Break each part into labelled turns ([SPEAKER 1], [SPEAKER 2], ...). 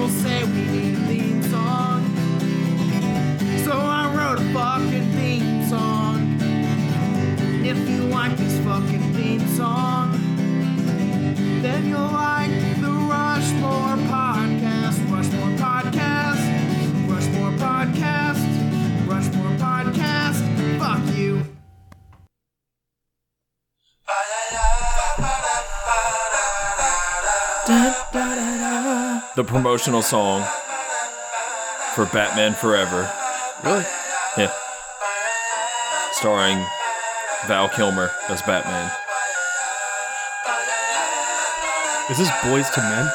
[SPEAKER 1] we need a theme song. So I wrote a fucking theme song. If you like this fucking theme song, then you'll like the Rushmore podcast. Rushmore podcast. Rushmore podcast. Rushmore podcast. Fuck you.
[SPEAKER 2] the promotional song for Batman Forever.
[SPEAKER 3] Really?
[SPEAKER 2] Yeah. Starring Val Kilmer as Batman.
[SPEAKER 3] Is this boys to men?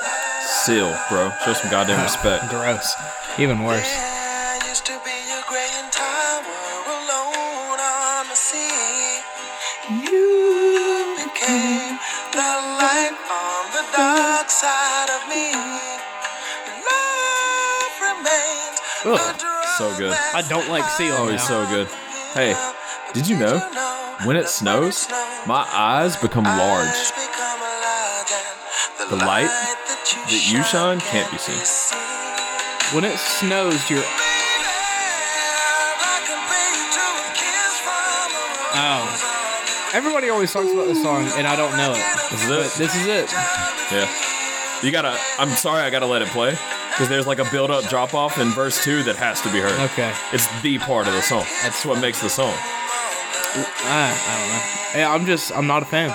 [SPEAKER 2] Seal, bro. Show some goddamn respect.
[SPEAKER 3] Gross. Even worse.
[SPEAKER 4] I used to be a gray and tower alone on the sea. You became the light on the dark side of me. And love remains
[SPEAKER 3] Ugh,
[SPEAKER 4] a drug
[SPEAKER 2] so good.
[SPEAKER 4] that's
[SPEAKER 3] I don't like Seal
[SPEAKER 2] Oh, he's
[SPEAKER 3] now.
[SPEAKER 2] so good. Hey, did you know when it snows, my eyes become large?
[SPEAKER 4] Eyes become alive and
[SPEAKER 2] The light that you shine can't be seen.
[SPEAKER 4] seen.
[SPEAKER 3] When it snows, you're. Oh. Everybody always talks about this song, and I don't know it.
[SPEAKER 2] This is
[SPEAKER 3] But
[SPEAKER 2] it.
[SPEAKER 3] this is it.
[SPEAKER 2] Yeah. You gotta. I'm sorry, I gotta let it play because there's like a build-up, drop-off in verse two that has to be heard.
[SPEAKER 3] Okay.
[SPEAKER 2] It's the part of the song. That's what makes the song.
[SPEAKER 3] I, I don't know. Yeah, I'm just. I'm not a fan.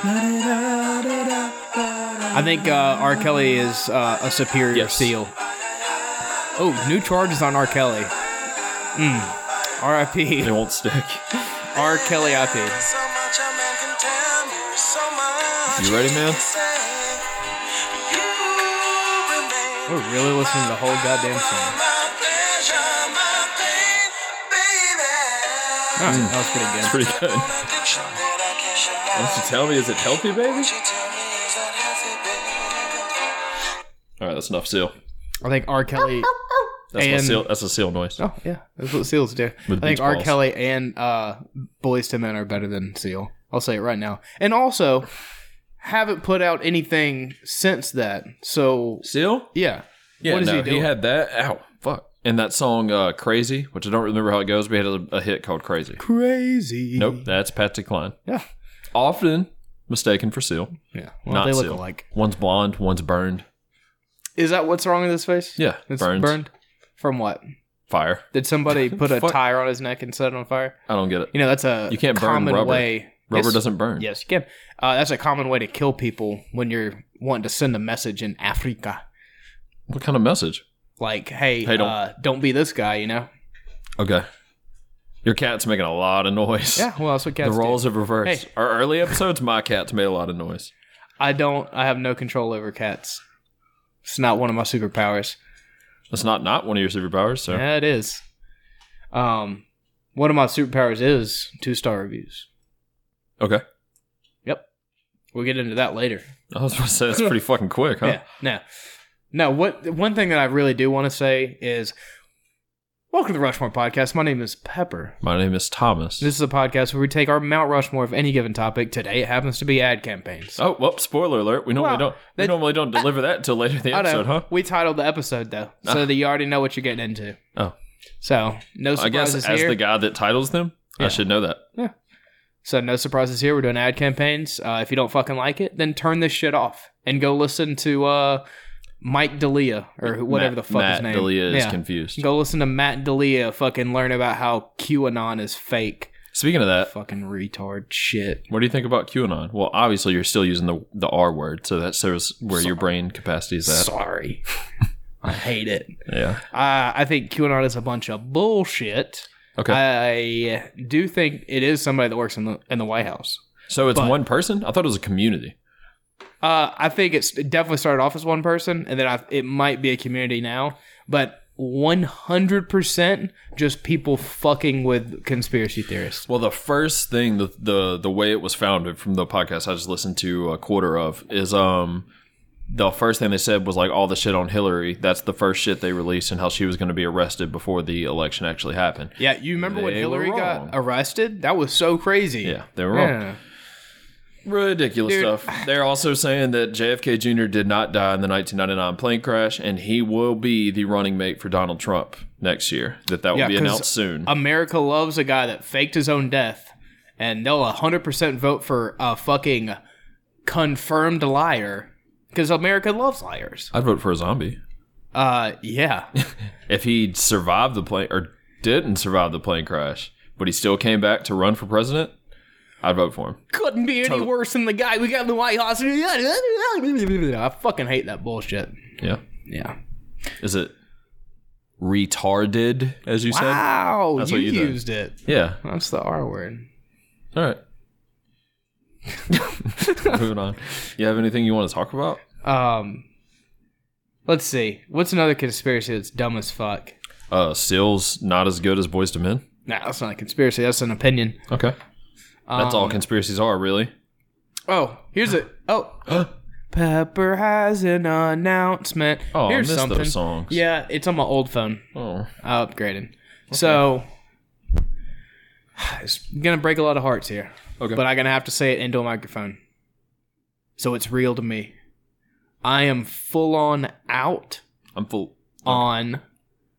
[SPEAKER 3] I think uh, R. Kelly is uh, a superior
[SPEAKER 2] Yes.
[SPEAKER 3] Seal. Oh, new charges on R. Kelly. Mm. R.I.P.
[SPEAKER 2] It won't stick.
[SPEAKER 3] R. Kelly IP.
[SPEAKER 2] You ready, man?
[SPEAKER 3] We're really listening to the whole goddamn song.
[SPEAKER 4] Ah,
[SPEAKER 3] Alright, that was pretty
[SPEAKER 2] It's
[SPEAKER 3] good.
[SPEAKER 2] pretty good. Why don't you tell me, is it healthy, baby? All right, that's enough seal.
[SPEAKER 3] I think R. Kelly.
[SPEAKER 2] That's what
[SPEAKER 3] And-
[SPEAKER 2] seal. That's a seal noise.
[SPEAKER 3] Oh yeah, that's what Seals do.
[SPEAKER 2] With
[SPEAKER 3] I think
[SPEAKER 2] beach
[SPEAKER 3] R.
[SPEAKER 2] balls.
[SPEAKER 3] Kelly and uh, Boys to Men are better than Seal. I'll say it right now. And also, haven't put out anything since that. So
[SPEAKER 2] Seal?
[SPEAKER 3] yeah,
[SPEAKER 2] Yeah,
[SPEAKER 3] What is
[SPEAKER 2] no,
[SPEAKER 3] he doing?
[SPEAKER 2] had that. Ow, fuck. And that song uh, "Crazy," which I don't remember how it goes, but he had a, a hit called "Crazy."
[SPEAKER 3] crazy.
[SPEAKER 2] Nope, that's Patsy Cline.
[SPEAKER 3] Yeah.
[SPEAKER 2] Often mistaken for seal.
[SPEAKER 3] Yeah. Well,
[SPEAKER 2] not
[SPEAKER 3] they look
[SPEAKER 2] seal.
[SPEAKER 3] alike.
[SPEAKER 2] One's blonde, one's burned.
[SPEAKER 3] Is that what's wrong with his face?
[SPEAKER 2] Yeah,
[SPEAKER 3] It's
[SPEAKER 2] burns.
[SPEAKER 3] burned. From what?
[SPEAKER 2] Fire.
[SPEAKER 3] Did somebody put a
[SPEAKER 2] Fuck.
[SPEAKER 3] tire on his neck and set it on fire?
[SPEAKER 2] I don't get it.
[SPEAKER 3] You know, that's a
[SPEAKER 2] You can't burn
[SPEAKER 3] common
[SPEAKER 2] rubber.
[SPEAKER 3] way.
[SPEAKER 2] Rubber
[SPEAKER 3] Yes.
[SPEAKER 2] doesn't burn.
[SPEAKER 3] Yes, you can. Uh, that's a common way to kill people when you're wanting to send a message in Africa.
[SPEAKER 2] What kind of message?
[SPEAKER 3] Like, hey,
[SPEAKER 2] Hey, don't-
[SPEAKER 3] don't, uh, don't be this guy, you know?
[SPEAKER 2] Okay. Your cat's making a lot of noise.
[SPEAKER 3] Yeah, well, that's what
[SPEAKER 2] The
[SPEAKER 3] cats
[SPEAKER 2] roles
[SPEAKER 3] do.
[SPEAKER 2] have reversed.
[SPEAKER 3] Hey.
[SPEAKER 2] Our early episodes, my cat's made a lot of noise.
[SPEAKER 3] I don't, I have no control over cats. It's not one of my superpowers.
[SPEAKER 2] That's not not one of your superpowers, so
[SPEAKER 3] Yeah, it is. Um, one of my superpowers is two star reviews.
[SPEAKER 2] okay.
[SPEAKER 3] Yep. We'll get into that later.
[SPEAKER 2] I was going to say that's pretty fucking quick, huh?
[SPEAKER 3] Yeah. No. No. What one thing that I really do want to say is, welcome to the Rushmore podcast. My name is Pepper.
[SPEAKER 2] My name is Thomas.
[SPEAKER 3] This is a podcast where we take our Mount Rushmore of any given topic. Today, it happens to be ad campaigns.
[SPEAKER 2] oh, well, spoiler alert. We normally
[SPEAKER 3] Well,
[SPEAKER 2] don't. We
[SPEAKER 3] that-
[SPEAKER 2] normally don't deliver that till later in the
[SPEAKER 3] I know.
[SPEAKER 2] episode, huh? Ah.
[SPEAKER 3] We titled the episode though, so that you already know what you're getting into.
[SPEAKER 2] Oh,
[SPEAKER 3] So no
[SPEAKER 2] I guess
[SPEAKER 3] surprises
[SPEAKER 2] as
[SPEAKER 3] here.
[SPEAKER 2] the guy that titles them, I
[SPEAKER 3] Yeah.
[SPEAKER 2] should know that.
[SPEAKER 3] so no surprises here. We're doing ad campaigns. Uh, if you don't fucking like it, then turn this shit off and go listen to uh, Mike D'Elia or who- whatever
[SPEAKER 2] Matt-
[SPEAKER 3] the fuck
[SPEAKER 2] Matt
[SPEAKER 3] his name.
[SPEAKER 2] D'Elia is
[SPEAKER 3] Yeah.
[SPEAKER 2] confused.
[SPEAKER 3] Go listen to Matt D'Elia fucking learn about how QAnon is fake.
[SPEAKER 2] Speaking of that,
[SPEAKER 3] Fucking retard shit.
[SPEAKER 2] what do you think about QAnon? Well, obviously you're still using the the R word, so that shows where your brain capacity is at.
[SPEAKER 3] Sorry. I hate it.
[SPEAKER 2] Yeah.
[SPEAKER 3] Uh, I think QAnon is a bunch of bullshit.
[SPEAKER 2] Okay.
[SPEAKER 3] I do think it is somebody that works in the in the White House.
[SPEAKER 2] so it's
[SPEAKER 3] but-
[SPEAKER 2] one person? I thought it was a community.
[SPEAKER 3] Uh, I think it's it definitely started off as one person, and then I, it might be a community now. But one hundred percent, just people fucking with conspiracy theorists.
[SPEAKER 2] Well, the first thing the the the way it was founded from the podcast I just listened to a quarter of is um the first thing they said was like all the shit on Hillary. That's the first shit they released and how she was going to be arrested before the election actually happened.
[SPEAKER 3] Yeah, you remember when
[SPEAKER 2] They were
[SPEAKER 3] Hillary
[SPEAKER 2] wrong.
[SPEAKER 3] got arrested? That was so crazy.
[SPEAKER 2] Yeah, they were wrong.
[SPEAKER 3] Yeah.
[SPEAKER 2] Ridiculous
[SPEAKER 3] Dude.
[SPEAKER 2] stuff. They're also saying that JFK Jr. did not die in the 1999 plane crash, and he will be the running mate for Donald Trump next year. That that will
[SPEAKER 3] Yeah,
[SPEAKER 2] be
[SPEAKER 3] 'cause
[SPEAKER 2] announced soon.
[SPEAKER 3] America loves a guy that faked his own death, and they'll 100% vote for a fucking confirmed liar because America loves liars.
[SPEAKER 2] I'd vote for a zombie
[SPEAKER 3] Uh, yeah.
[SPEAKER 2] if he survived the plane or didn't survive the plane crash, but he still came back to run for president. I'd vote for him.
[SPEAKER 3] Couldn't be any worse than the guy we got in the White House. I fucking hate that bullshit.
[SPEAKER 2] Yeah.
[SPEAKER 3] Yeah.
[SPEAKER 2] Is it retarded as you said?
[SPEAKER 3] Wow,
[SPEAKER 2] That's
[SPEAKER 3] you,
[SPEAKER 2] what you did.
[SPEAKER 3] used it.
[SPEAKER 2] Yeah.
[SPEAKER 3] That's the R word.
[SPEAKER 2] All right. Moving on. You have anything you want to talk about?
[SPEAKER 3] Um, let's see. What's another conspiracy that's dumb as fuck?
[SPEAKER 2] Uh, Steel's not as good as Boys to Men.
[SPEAKER 3] Nah, that's not a conspiracy. That's an opinion.
[SPEAKER 2] Okay. That's
[SPEAKER 3] Um,
[SPEAKER 2] all conspiracies are, really.
[SPEAKER 3] Oh, here's a oh. Pepper has an announcement.
[SPEAKER 2] Oh,
[SPEAKER 3] here's
[SPEAKER 2] I miss
[SPEAKER 3] something.
[SPEAKER 2] those songs.
[SPEAKER 3] Yeah, it's on my old phone.
[SPEAKER 2] Oh.
[SPEAKER 3] I upgraded. So it's gonna break a lot of hearts here.
[SPEAKER 2] Okay.
[SPEAKER 3] But I'm gonna have to say it into a microphone. So it's real to me. I am full on out
[SPEAKER 2] I'm full.
[SPEAKER 3] on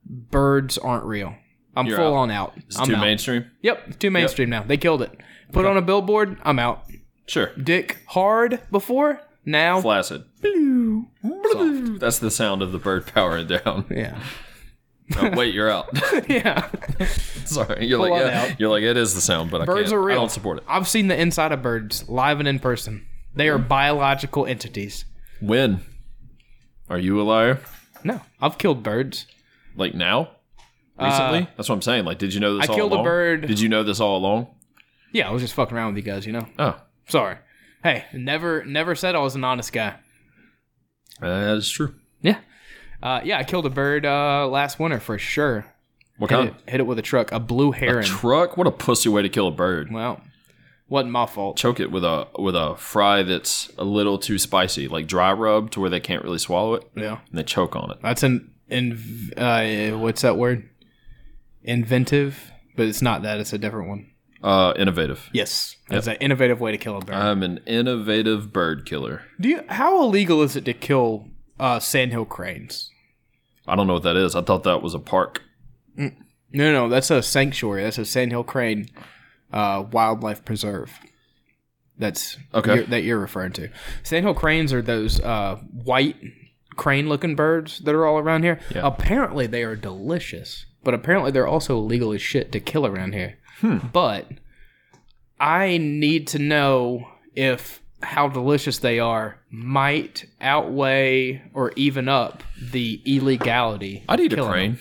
[SPEAKER 3] birds aren't real. I'm
[SPEAKER 2] You're
[SPEAKER 3] full
[SPEAKER 2] out.
[SPEAKER 3] on out.
[SPEAKER 2] Is it
[SPEAKER 3] I'm
[SPEAKER 2] too
[SPEAKER 3] out.
[SPEAKER 2] mainstream?
[SPEAKER 3] Yep, it's too mainstream now. They killed it. Put on a billboard, I'm out.
[SPEAKER 2] Sure.
[SPEAKER 3] Dick hard before, now
[SPEAKER 2] Flaccid. Soft. That's the sound of the bird powering down.
[SPEAKER 3] Yeah.
[SPEAKER 2] Oh, wait, you're out.
[SPEAKER 3] Yeah.
[SPEAKER 2] Sorry. You're
[SPEAKER 3] Full
[SPEAKER 2] like,
[SPEAKER 3] on
[SPEAKER 2] yeah.
[SPEAKER 3] out.
[SPEAKER 2] You're like, it is the sound, but I
[SPEAKER 3] Birds
[SPEAKER 2] can't.
[SPEAKER 3] are real.
[SPEAKER 2] I don't support it.
[SPEAKER 3] I've seen the inside of birds, live and in person. They are biological entities.
[SPEAKER 2] When? Are you a liar?
[SPEAKER 3] No, I've killed birds.
[SPEAKER 2] Like now? Recently? That's what I'm saying. Like, did you know this
[SPEAKER 3] Uh, I
[SPEAKER 2] all
[SPEAKER 3] killed a
[SPEAKER 2] along?
[SPEAKER 3] bird.
[SPEAKER 2] Did you know this all along?
[SPEAKER 3] Yeah, I was just fucking around with you guys, you know.
[SPEAKER 2] Oh,
[SPEAKER 3] Sorry. Hey, never never said I was an honest guy.
[SPEAKER 2] that is true.
[SPEAKER 3] Yeah. Uh, yeah, I killed a bird uh, last winter for sure.
[SPEAKER 2] What
[SPEAKER 3] Hit
[SPEAKER 2] kind?
[SPEAKER 3] it, hit it with a truck, a blue heron.
[SPEAKER 2] Truck? What a pussy way to kill a bird.
[SPEAKER 3] well, wasn't my fault.
[SPEAKER 2] Choke it with a with a fry that's a little too spicy, like dry rub to where they can't really swallow it,
[SPEAKER 3] Yeah,
[SPEAKER 2] and they choke on it.
[SPEAKER 3] that's an in uh, what's that word? Inventive, but it's not that. It's a different one.
[SPEAKER 2] Uh, innovative.
[SPEAKER 3] Yes, that's an innovative way to kill a bird.
[SPEAKER 2] I'm an innovative bird killer.
[SPEAKER 3] Do you? How illegal is it to kill uh, sandhill cranes?
[SPEAKER 2] I don't know what that is. I thought that was a park.
[SPEAKER 3] No, no, that's a sanctuary. That's a sandhill crane uh, wildlife preserve. That's
[SPEAKER 2] Okay.
[SPEAKER 3] you're- that you're referring to. Sandhill cranes are those uh, white crane-looking birds that are all around here.
[SPEAKER 2] Yeah.
[SPEAKER 3] Apparently, they are delicious, but apparently they're also illegal as shit to kill around here.
[SPEAKER 2] Hmm.
[SPEAKER 3] But I need to know if how delicious they are might outweigh or even up the illegality.
[SPEAKER 2] I'd eat a
[SPEAKER 3] Killing
[SPEAKER 2] crane,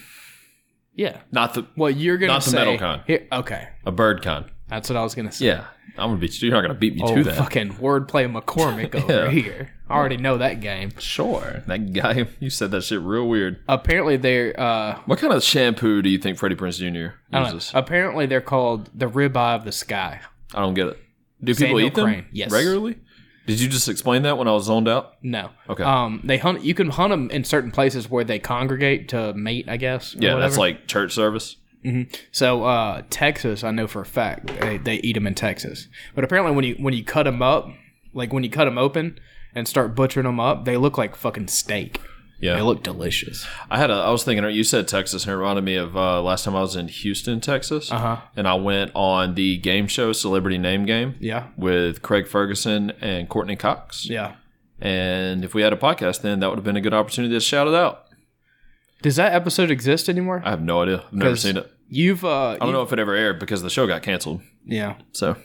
[SPEAKER 3] Yeah.
[SPEAKER 2] not the
[SPEAKER 3] Well, you're gonna
[SPEAKER 2] Not the
[SPEAKER 3] say-
[SPEAKER 2] metal kind.
[SPEAKER 3] Here- okay,
[SPEAKER 2] a bird kind.
[SPEAKER 3] that's what I was gonna say.
[SPEAKER 2] Yeah, I'm gonna beat you. You're not gonna beat me
[SPEAKER 3] oh,
[SPEAKER 2] to that.
[SPEAKER 3] fucking wordplay McCormick over
[SPEAKER 2] Yeah.
[SPEAKER 3] here. I already know that game.
[SPEAKER 2] Sure, that guy. You said that shit real weird.
[SPEAKER 3] Apparently they're uh,
[SPEAKER 2] What kind of shampoo do you think Freddie Prince Jr.
[SPEAKER 3] I don't know.
[SPEAKER 2] uses?
[SPEAKER 3] apparently they're called the ribeye of the sky.
[SPEAKER 2] I don't get it. Do people
[SPEAKER 3] Sandhill
[SPEAKER 2] eat them
[SPEAKER 3] crane, yes.
[SPEAKER 2] regularly? Did you just explain that when I was zoned out?
[SPEAKER 3] No,
[SPEAKER 2] Okay.
[SPEAKER 3] Um, they hunt. You can hunt them in certain places where they congregate to mate. I guess. or
[SPEAKER 2] Yeah, that's
[SPEAKER 3] whatever.
[SPEAKER 2] like church service.
[SPEAKER 3] So uh, Texas, I know for a fact they, they eat them in Texas. But apparently, when you when you cut them up, like when you cut them open and start butchering them up, they look like fucking steak.
[SPEAKER 2] Yeah,
[SPEAKER 3] They look delicious.
[SPEAKER 2] I had a. I was thinking. You said Texas, and it reminded me of uh, last time I was in Houston, Texas,
[SPEAKER 3] Uh-huh.
[SPEAKER 2] and I went on the game show Celebrity Name Game.
[SPEAKER 3] Yeah.
[SPEAKER 2] with Craig Ferguson and Courtney Cox.
[SPEAKER 3] Yeah.
[SPEAKER 2] And if we had a podcast, then that would have been a good opportunity to shout it out.
[SPEAKER 3] Does that episode exist anymore?
[SPEAKER 2] I have no idea. I've never
[SPEAKER 3] 'Cause
[SPEAKER 2] seen it.
[SPEAKER 3] You've uh,
[SPEAKER 2] I don't know if it ever aired because the show got canceled.
[SPEAKER 3] yeah.
[SPEAKER 2] So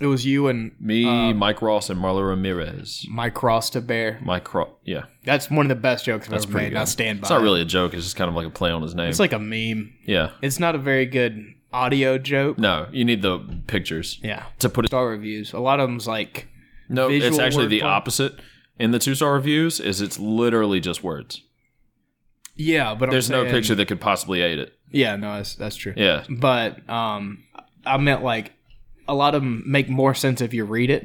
[SPEAKER 3] It was you and
[SPEAKER 2] me, Mike Ross, and Marla Ramirez.
[SPEAKER 3] my cross to bear.
[SPEAKER 2] Mike Ross. Yeah,
[SPEAKER 3] That's one of the best jokes I've ever
[SPEAKER 2] pretty
[SPEAKER 3] made.
[SPEAKER 2] good.
[SPEAKER 3] and I stand by.
[SPEAKER 2] it's not
[SPEAKER 3] it.
[SPEAKER 2] really a joke. It's just kind of like a play on his name.
[SPEAKER 3] It's like a meme.
[SPEAKER 2] yeah.
[SPEAKER 3] It's not a very good audio joke.
[SPEAKER 2] No, you need the pictures
[SPEAKER 3] Yeah.
[SPEAKER 2] to put it.
[SPEAKER 3] Star reviews. A lot of them's like
[SPEAKER 2] No, it's
[SPEAKER 3] visual
[SPEAKER 2] actually the
[SPEAKER 3] wordplay.
[SPEAKER 2] opposite. In the two star reviews, is it's literally just words.
[SPEAKER 3] yeah, but I'm
[SPEAKER 2] There's no
[SPEAKER 3] saying-
[SPEAKER 2] picture that could possibly aid it.
[SPEAKER 3] Yeah, no, that's that's true.
[SPEAKER 2] Yeah,
[SPEAKER 3] but um, I meant like a lot of them make more sense if you read it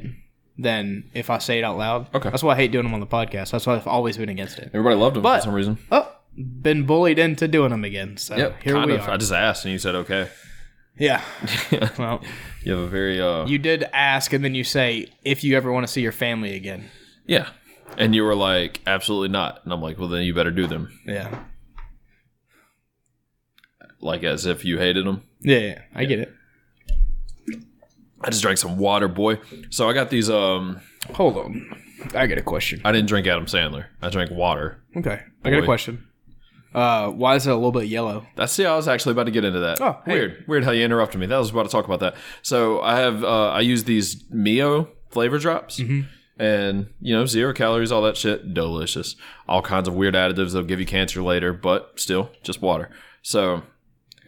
[SPEAKER 3] than if I say it out loud.
[SPEAKER 2] Okay.
[SPEAKER 3] that's why I hate doing them on the podcast. That's why I've always been against it.
[SPEAKER 2] everybody loved him
[SPEAKER 3] But-
[SPEAKER 2] for some reason.
[SPEAKER 3] Oh, been bullied into doing them again. So here
[SPEAKER 2] kind
[SPEAKER 3] we
[SPEAKER 2] of.
[SPEAKER 3] are.
[SPEAKER 2] I just asked, and you said okay.
[SPEAKER 3] Yeah. well,
[SPEAKER 2] You have a very uh
[SPEAKER 3] you did ask, and then you say, if you ever want to see your family again.
[SPEAKER 2] yeah. And you were like, absolutely not. And I'm like, well, then you better do them.
[SPEAKER 3] Yeah.
[SPEAKER 2] Like as if you hated them.
[SPEAKER 3] Yeah, yeah, I get it.
[SPEAKER 2] I just drank some water, boy. So I got these. Um,
[SPEAKER 3] Hold on. I got a question.
[SPEAKER 2] I didn't drink Adam Sandler. I drank water.
[SPEAKER 3] Okay. I got a
[SPEAKER 2] Boy.
[SPEAKER 3] question. Uh, why is it a little bit yellow?
[SPEAKER 2] That's see, I was actually about to get into that.
[SPEAKER 3] Oh, hey.
[SPEAKER 2] weird, weird how you interrupted me. That was about to talk about that. So I have uh, I use these Mio flavor drops,
[SPEAKER 3] Mm-hmm.
[SPEAKER 2] and you know zero calories, all that shit, delicious. All kinds of weird additives that'll give you cancer later, but still just water. So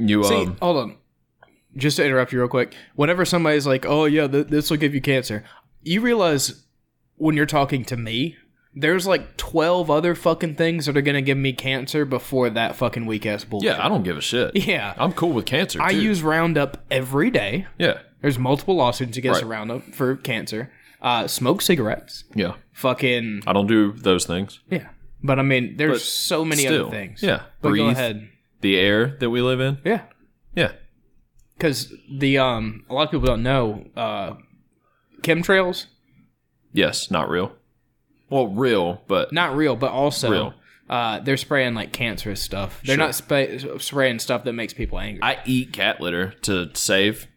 [SPEAKER 2] you
[SPEAKER 3] See, oh,
[SPEAKER 2] um
[SPEAKER 3] hold on. Just to interrupt you real quick. Whenever somebody's like, "Oh yeah, th- this will give you cancer," you realize when you're talking to me, there's like twelve other fucking things that are gonna give me cancer before that fucking weak ass bull.
[SPEAKER 2] yeah, I don't give a shit.
[SPEAKER 3] Yeah.
[SPEAKER 2] I'm cool with cancer.
[SPEAKER 3] I
[SPEAKER 2] too.
[SPEAKER 3] use Roundup every day.
[SPEAKER 2] yeah
[SPEAKER 3] There's multiple lawsuits against
[SPEAKER 2] Right.
[SPEAKER 3] Roundup for cancer. Uh, smoke cigarettes.
[SPEAKER 2] yeah.
[SPEAKER 3] Fucking
[SPEAKER 2] I don't do those things.
[SPEAKER 3] yeah. But I mean, there's
[SPEAKER 2] But
[SPEAKER 3] so many
[SPEAKER 2] still,
[SPEAKER 3] other things.
[SPEAKER 2] yeah.
[SPEAKER 3] But go
[SPEAKER 2] Breathe.
[SPEAKER 3] ahead.
[SPEAKER 2] The air that we live in.
[SPEAKER 3] Yeah.
[SPEAKER 2] Yeah.
[SPEAKER 3] because the um a lot of people don't know uh chemtrails
[SPEAKER 2] Yes, not real. Well, real, but
[SPEAKER 3] not real but also
[SPEAKER 2] Real.
[SPEAKER 3] uh they're spraying like cancerous stuff they're
[SPEAKER 2] Sure.
[SPEAKER 3] not spa- spraying stuff that makes people angry
[SPEAKER 2] I eat cat litter to save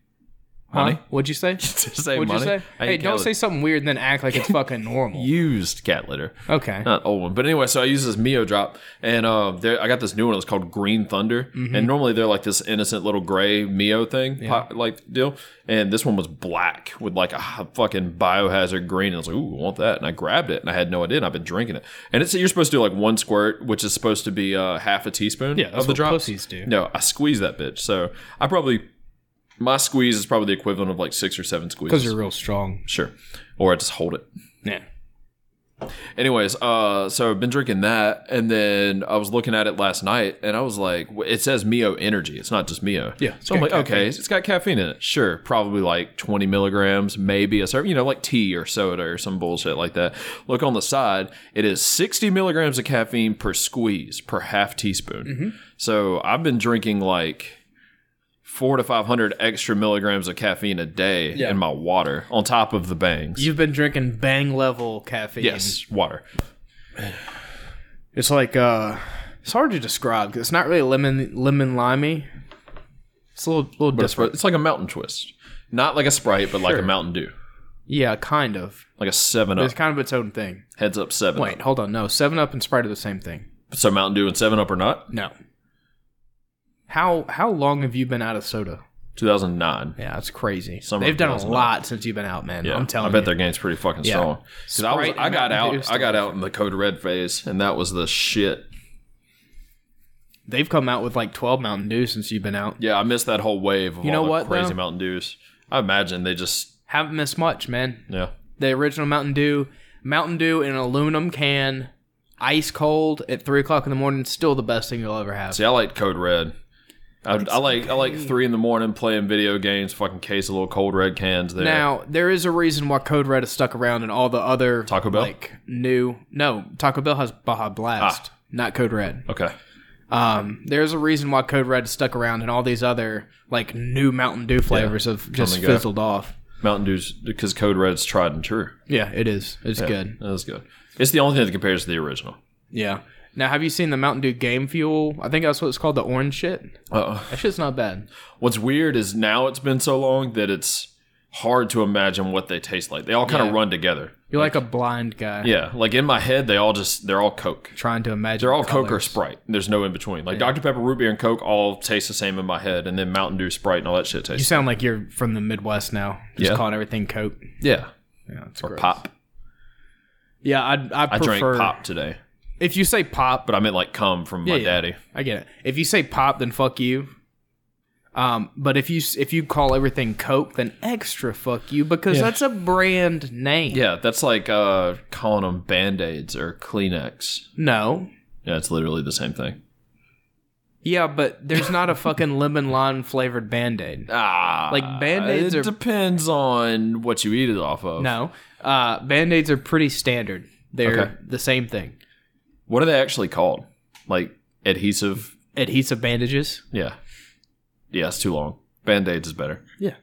[SPEAKER 3] Huh?
[SPEAKER 2] money.
[SPEAKER 3] what'd you say
[SPEAKER 2] to save
[SPEAKER 3] what'd
[SPEAKER 2] money.
[SPEAKER 3] you say
[SPEAKER 2] I
[SPEAKER 3] hey
[SPEAKER 2] eat
[SPEAKER 3] don't
[SPEAKER 2] cat
[SPEAKER 3] say
[SPEAKER 2] litter.
[SPEAKER 3] something weird and then act like it's fucking normal
[SPEAKER 2] used cat litter.
[SPEAKER 3] okay
[SPEAKER 2] Not old one, but anyway. So I use this Mio drop, and uh, there, I got this new one. It's called Green Thunder,
[SPEAKER 3] Mm-hmm.
[SPEAKER 2] and normally they're like this innocent little gray Mio thing, pop, like deal. And this one was black with like a h- fucking biohazard green. And I was like, "Ooh, I want that!" And I grabbed it, and I had no idea. And I've been drinking it, and it's you're supposed to do like one squirt, which is supposed to be uh, half a teaspoon.
[SPEAKER 3] Yeah, that's
[SPEAKER 2] of the
[SPEAKER 3] what
[SPEAKER 2] drops.
[SPEAKER 3] pussies do.
[SPEAKER 2] No, I squeeze that bitch. So I probably my squeeze is probably the equivalent of like six or seven squeezes.
[SPEAKER 3] because you're real strong
[SPEAKER 2] Sure. Or I just hold it.
[SPEAKER 3] yeah
[SPEAKER 2] Anyways, uh, so I've been drinking that, and then I was looking at it last night, and I was like, w- it says Mio Energy. It's not just Mio.
[SPEAKER 3] Yeah, it's
[SPEAKER 2] So I'm
[SPEAKER 3] got
[SPEAKER 2] like, okay, it's got caffeine in it. Sure, probably like 20 milligrams, maybe a certain, you know, like tea or soda or some bullshit like that. Look on the side, it is 60 milligrams of caffeine per squeeze, per half teaspoon.
[SPEAKER 3] Mm-hmm.
[SPEAKER 2] So I've been drinking like four to 500 extra milligrams of caffeine a day
[SPEAKER 3] Yeah.
[SPEAKER 2] in my water on top of the bangs.
[SPEAKER 3] you've been drinking bang level caffeine
[SPEAKER 2] yes, water.
[SPEAKER 3] it's like uh it's hard to describe 'cause it's not really lemon lemon limey it's a little little
[SPEAKER 2] But it's,
[SPEAKER 3] different
[SPEAKER 2] it's like a mountain twist. Not like a Sprite, but like a
[SPEAKER 3] Sure.
[SPEAKER 2] Mountain Dew.
[SPEAKER 3] yeah kind of
[SPEAKER 2] Like a 7
[SPEAKER 3] it's
[SPEAKER 2] Up.
[SPEAKER 3] kind of its own thing
[SPEAKER 2] Heads up 7
[SPEAKER 3] Wait, hold on. No, Seven Up and Sprite are the same thing.
[SPEAKER 2] Up. So Mountain Dew and 7 Up or not?
[SPEAKER 3] No. How how long have you been out of soda?
[SPEAKER 2] 2009.
[SPEAKER 3] Yeah, that's crazy.
[SPEAKER 2] Summer
[SPEAKER 3] They've done a
[SPEAKER 2] 2009.
[SPEAKER 3] lot since you've been out, man.
[SPEAKER 2] Yeah.
[SPEAKER 3] I'm telling
[SPEAKER 2] I bet
[SPEAKER 3] you.
[SPEAKER 2] their game's pretty fucking
[SPEAKER 3] Yeah.
[SPEAKER 2] strong. 'Cause I, was,
[SPEAKER 3] Sprite
[SPEAKER 2] I
[SPEAKER 3] and
[SPEAKER 2] got
[SPEAKER 3] Mountain Dew
[SPEAKER 2] out
[SPEAKER 3] is
[SPEAKER 2] I got out in the Code Red phase, and that was the shit.
[SPEAKER 3] They've come out with like 12 Mountain Dew since you've been out.
[SPEAKER 2] Yeah, I missed that whole wave of
[SPEAKER 3] You
[SPEAKER 2] all
[SPEAKER 3] know
[SPEAKER 2] the
[SPEAKER 3] what,
[SPEAKER 2] crazy
[SPEAKER 3] though?
[SPEAKER 2] Mountain Dews. I imagine they just,
[SPEAKER 3] Haven't missed much, man.
[SPEAKER 2] yeah.
[SPEAKER 3] The original Mountain Dew, Mountain Dew in an aluminum can, ice cold at three o'clock in the morning, still the best thing you'll ever have.
[SPEAKER 2] See, I like Code Red. I, I like I like three in the morning playing video games, fucking case of little cold red cans there.
[SPEAKER 3] Now there is a reason why Code Red is stuck around and all the other
[SPEAKER 2] Taco Bell?
[SPEAKER 3] like new no Taco Bell has Baja Blast, not Code Red.
[SPEAKER 2] Ah. okay.
[SPEAKER 3] Um, there's a reason why Code Red stuck around, and all these other like new Mountain Dew flavors have just
[SPEAKER 2] on the go.
[SPEAKER 3] fizzled off.
[SPEAKER 2] Mountain Dew's because Code Red's tried and true.
[SPEAKER 3] Yeah, it is. It's good.
[SPEAKER 2] That was good. It's the only thing that compares to the original.
[SPEAKER 3] Yeah. Now, have you seen the Mountain Dew Game Fuel? I think that's what it's called, the orange shit.
[SPEAKER 2] Uh,
[SPEAKER 3] That shit's not bad.
[SPEAKER 2] what's weird is now it's been so long that it's hard to imagine what they taste like. They all kind of
[SPEAKER 3] Yeah.
[SPEAKER 2] run together.
[SPEAKER 3] You're like, a blind guy
[SPEAKER 2] Yeah, like in my head, they all just they're all Coke.
[SPEAKER 3] trying to imagine.
[SPEAKER 2] They're all
[SPEAKER 3] colors.
[SPEAKER 2] Coke or Sprite. There's no in between. Like Dr Pepper, root beer, and Coke all taste the same in my head, and then Mountain Dew, Sprite, and all that shit
[SPEAKER 3] You
[SPEAKER 2] tastes.
[SPEAKER 3] sound like you're from the Midwest now, just
[SPEAKER 2] Yeah.
[SPEAKER 3] calling everything Coke.
[SPEAKER 2] Yeah,
[SPEAKER 3] Yeah, it's
[SPEAKER 2] or
[SPEAKER 3] gross.
[SPEAKER 2] pop.
[SPEAKER 3] Yeah, I, I
[SPEAKER 2] I
[SPEAKER 3] prefer.
[SPEAKER 2] drank pop today,
[SPEAKER 3] If you say pop,
[SPEAKER 2] but I meant like cum from
[SPEAKER 3] Yeah,
[SPEAKER 2] my
[SPEAKER 3] yeah.
[SPEAKER 2] daddy.
[SPEAKER 3] I get it. If you say pop, then fuck you. Um, but if you if you call everything Coke, then extra fuck you because that's a brand name.
[SPEAKER 2] Yeah, that's like uh, calling them band aids or Kleenex.
[SPEAKER 3] No.
[SPEAKER 2] Yeah, it's literally the same thing.
[SPEAKER 3] Yeah, but there's not a fucking lemon lime flavored band aid.
[SPEAKER 2] Ah,
[SPEAKER 3] Like, Band-Aids
[SPEAKER 2] It
[SPEAKER 3] are-
[SPEAKER 2] depends on what you eat it off of.
[SPEAKER 3] No. Uh, band aids are pretty standard. They're
[SPEAKER 2] Okay.
[SPEAKER 3] the same thing.
[SPEAKER 2] What are they actually called? Like adhesive?
[SPEAKER 3] Adhesive bandages.
[SPEAKER 2] Yeah. Yeah, it's too long. Band Aids is better.
[SPEAKER 3] Yeah.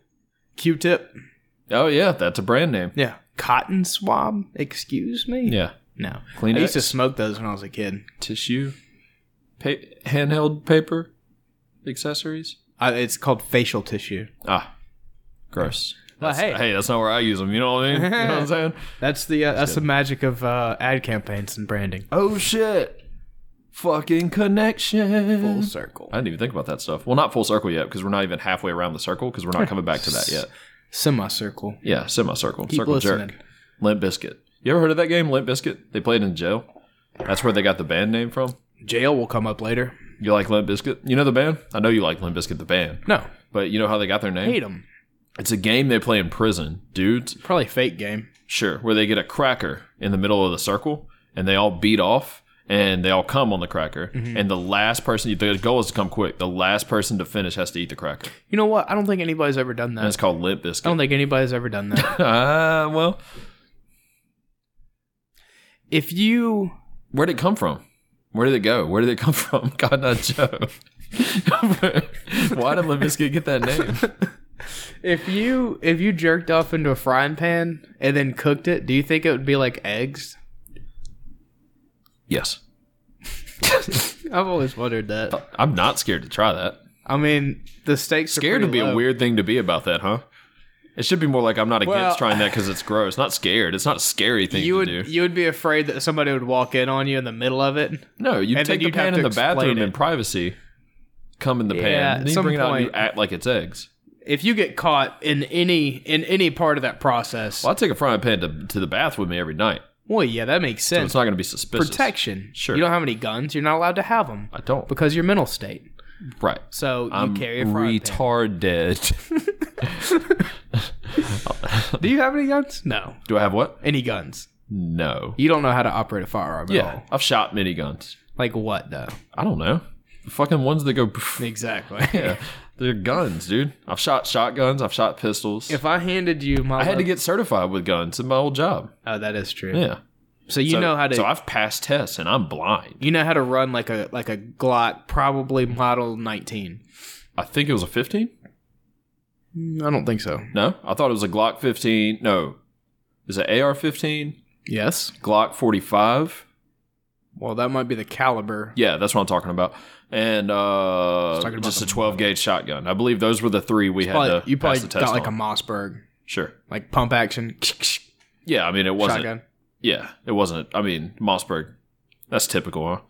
[SPEAKER 3] Q tip.
[SPEAKER 2] Oh, yeah. That's a brand name.
[SPEAKER 3] Yeah. Cotton swab. Excuse me?
[SPEAKER 2] Yeah.
[SPEAKER 3] No.
[SPEAKER 2] Kleenex.
[SPEAKER 3] I used to smoke those when I was a kid.
[SPEAKER 2] Tissue. Pa- handheld paper. Accessories.
[SPEAKER 3] I, it's called facial tissue.
[SPEAKER 2] Ah. Gross.
[SPEAKER 3] Well,
[SPEAKER 2] That's-
[SPEAKER 3] hey.
[SPEAKER 2] hey, that's not where I use them. You know what I mean? You know what I'm saying?
[SPEAKER 3] That's the uh, that's the magic of uh, ad campaigns and branding.
[SPEAKER 2] Oh shit! Fucking connection.
[SPEAKER 3] Full circle.
[SPEAKER 2] I didn't even think about that stuff. Well, not full circle yet because we're not even halfway around the circle because we're not coming back to that yet.
[SPEAKER 3] Semicircle.
[SPEAKER 2] Yeah, semicircle,
[SPEAKER 3] Keep
[SPEAKER 2] circle
[SPEAKER 3] listening.
[SPEAKER 2] jerk, Limp Biscuit. You ever heard of that game, Limp Biscuit? They played in jail. That's where they got the band name from.
[SPEAKER 3] Jail will come up later.
[SPEAKER 2] You like Limp Biscuit? You know the band? I know you like Limp Biscuit, the band.
[SPEAKER 3] No.
[SPEAKER 2] But you know how they got their name?
[SPEAKER 3] Hate them.
[SPEAKER 2] It's a game they play in prison, dudes.
[SPEAKER 3] Probably fake game.
[SPEAKER 2] Sure, where they get a cracker in the middle of the circle and they all beat off and they all come on the cracker.
[SPEAKER 3] Mm-hmm.
[SPEAKER 2] And the last person, the goal is to come quick. The last person to finish has to eat the cracker.
[SPEAKER 3] You know what? I don't think anybody's ever done
[SPEAKER 2] And it's
[SPEAKER 3] that.
[SPEAKER 2] called Limp Biscuit.
[SPEAKER 3] I don't think anybody's ever done that.
[SPEAKER 2] Ah, well,
[SPEAKER 3] if you
[SPEAKER 2] where did it come from? Where did it go? Where did it come from? God, not Joe. Why did Limp Bizkit get that name?
[SPEAKER 3] if you if you jerked off into a frying pan and then cooked it, do you think it would be like eggs?
[SPEAKER 2] Yes.
[SPEAKER 3] I've always wondered that.
[SPEAKER 2] I'm not scared to try that.
[SPEAKER 3] I mean, the stakes are
[SPEAKER 2] Scared would
[SPEAKER 3] pretty
[SPEAKER 2] be
[SPEAKER 3] low.
[SPEAKER 2] a weird thing to be about that, huh? It should be more like I'm not against
[SPEAKER 3] Well-
[SPEAKER 2] trying that because it's gross. Not scared. It's not a scary thing
[SPEAKER 3] You
[SPEAKER 2] to
[SPEAKER 3] would
[SPEAKER 2] do.
[SPEAKER 3] you would be afraid that somebody would walk in on you in the middle of it.
[SPEAKER 2] No, you
[SPEAKER 3] And then
[SPEAKER 2] take the
[SPEAKER 3] you'd have
[SPEAKER 2] pan
[SPEAKER 3] to
[SPEAKER 2] in the
[SPEAKER 3] explain
[SPEAKER 2] bathroom
[SPEAKER 3] it.
[SPEAKER 2] in privacy, come in the
[SPEAKER 3] Yeah,
[SPEAKER 2] pan,
[SPEAKER 3] at
[SPEAKER 2] and then you
[SPEAKER 3] some
[SPEAKER 2] bring it out and you
[SPEAKER 3] point-
[SPEAKER 2] act like it's eggs.
[SPEAKER 3] If you get caught in any in any part of that process,
[SPEAKER 2] Well, I take a frying pan to, to the bath with me every night.
[SPEAKER 3] well, yeah, that makes
[SPEAKER 2] So
[SPEAKER 3] sense.
[SPEAKER 2] it's not going to be suspicious.
[SPEAKER 3] Protection.
[SPEAKER 2] Sure.
[SPEAKER 3] You don't have any guns. You're not allowed to have them
[SPEAKER 2] I don't.
[SPEAKER 3] because your mental state.
[SPEAKER 2] Right.
[SPEAKER 3] So you
[SPEAKER 2] I'm
[SPEAKER 3] carry a frying pan.
[SPEAKER 2] retarded.
[SPEAKER 3] Do you have any guns? No.
[SPEAKER 2] do I have what?
[SPEAKER 3] Any guns?
[SPEAKER 2] No.
[SPEAKER 3] You don't know how to operate a firearm at
[SPEAKER 2] Yeah.
[SPEAKER 3] all.
[SPEAKER 2] I've shot mini guns.
[SPEAKER 3] Like what though?
[SPEAKER 2] I don't know. The fucking ones that go.
[SPEAKER 3] Exactly.
[SPEAKER 2] Yeah. They're guns, dude. I've shot shotguns. I've shot pistols.
[SPEAKER 3] If I handed you my,
[SPEAKER 2] I had to get certified with guns in my old job.
[SPEAKER 3] Oh, that is true.
[SPEAKER 2] Yeah.
[SPEAKER 3] So you
[SPEAKER 2] So-
[SPEAKER 3] know how to.
[SPEAKER 2] So I've passed tests and I'm blind.
[SPEAKER 3] you know how to run like a like a Glock, probably model nineteen.
[SPEAKER 2] I think it was a 15.
[SPEAKER 3] I don't think so.
[SPEAKER 2] No, I thought it was a Glock 15. No, is it AR 15?
[SPEAKER 3] Yes.
[SPEAKER 2] Glock 45?
[SPEAKER 3] Well, that might be the caliber.
[SPEAKER 2] Yeah, that's what I'm talking about. And uh,
[SPEAKER 3] talking about
[SPEAKER 2] just
[SPEAKER 3] the
[SPEAKER 2] a 12 gauge shotgun. I believe those were the three we had
[SPEAKER 3] Probably-
[SPEAKER 2] to
[SPEAKER 3] you probably
[SPEAKER 2] pass the test
[SPEAKER 3] got like
[SPEAKER 2] on.
[SPEAKER 3] a Mossberg,
[SPEAKER 2] sure.
[SPEAKER 3] like pump action
[SPEAKER 2] Yeah, I mean it wasn't.
[SPEAKER 3] shotgun.
[SPEAKER 2] Yeah, it wasn't. I mean Mossberg. That's typical, huh?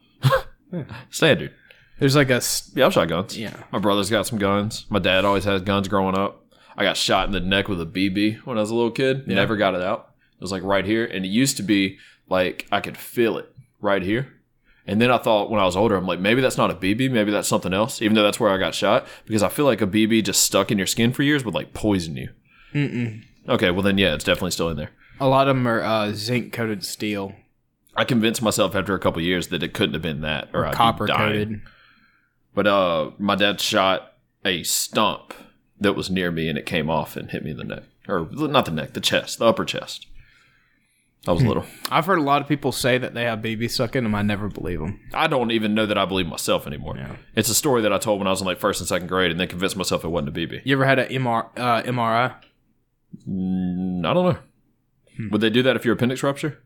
[SPEAKER 2] Standard.
[SPEAKER 3] There's like a s-
[SPEAKER 2] Yeah, I've shot guns.
[SPEAKER 3] Yeah.
[SPEAKER 2] my brother's got some guns. My dad always had guns growing up. I got shot in the neck with a BB when I was a little kid. Never got it out. It was like right here, and it used to be like I could feel it right here. And then I thought when I was older, I'm like, maybe that's not a BB, maybe that's something else. Even though that's where I got shot, because I feel like a BB just stuck in your skin for years would like poison you. Mm-mm. Okay, well then, yeah, it's definitely still in there.
[SPEAKER 3] a lot of them are uh, zinc coated steel,
[SPEAKER 2] I convinced myself after a couple years that it couldn't have been that, or I'd be
[SPEAKER 3] copper
[SPEAKER 2] dying.
[SPEAKER 3] coated.
[SPEAKER 2] But uh, my dad shot a stump that was near me, and it came off and hit me in the neck, or not the neck, the chest, the upper chest. I was little.
[SPEAKER 3] I've heard a lot of people say that they have BB stuck in them. I never believe them.
[SPEAKER 2] I don't even know that I believe myself anymore. It's a story that I told when I was in like first and second grade, and then convinced myself it wasn't a BB.
[SPEAKER 3] You ever had an MR, uh, MRI?
[SPEAKER 2] Mm, I don't know. Would they do that if your appendix rupture?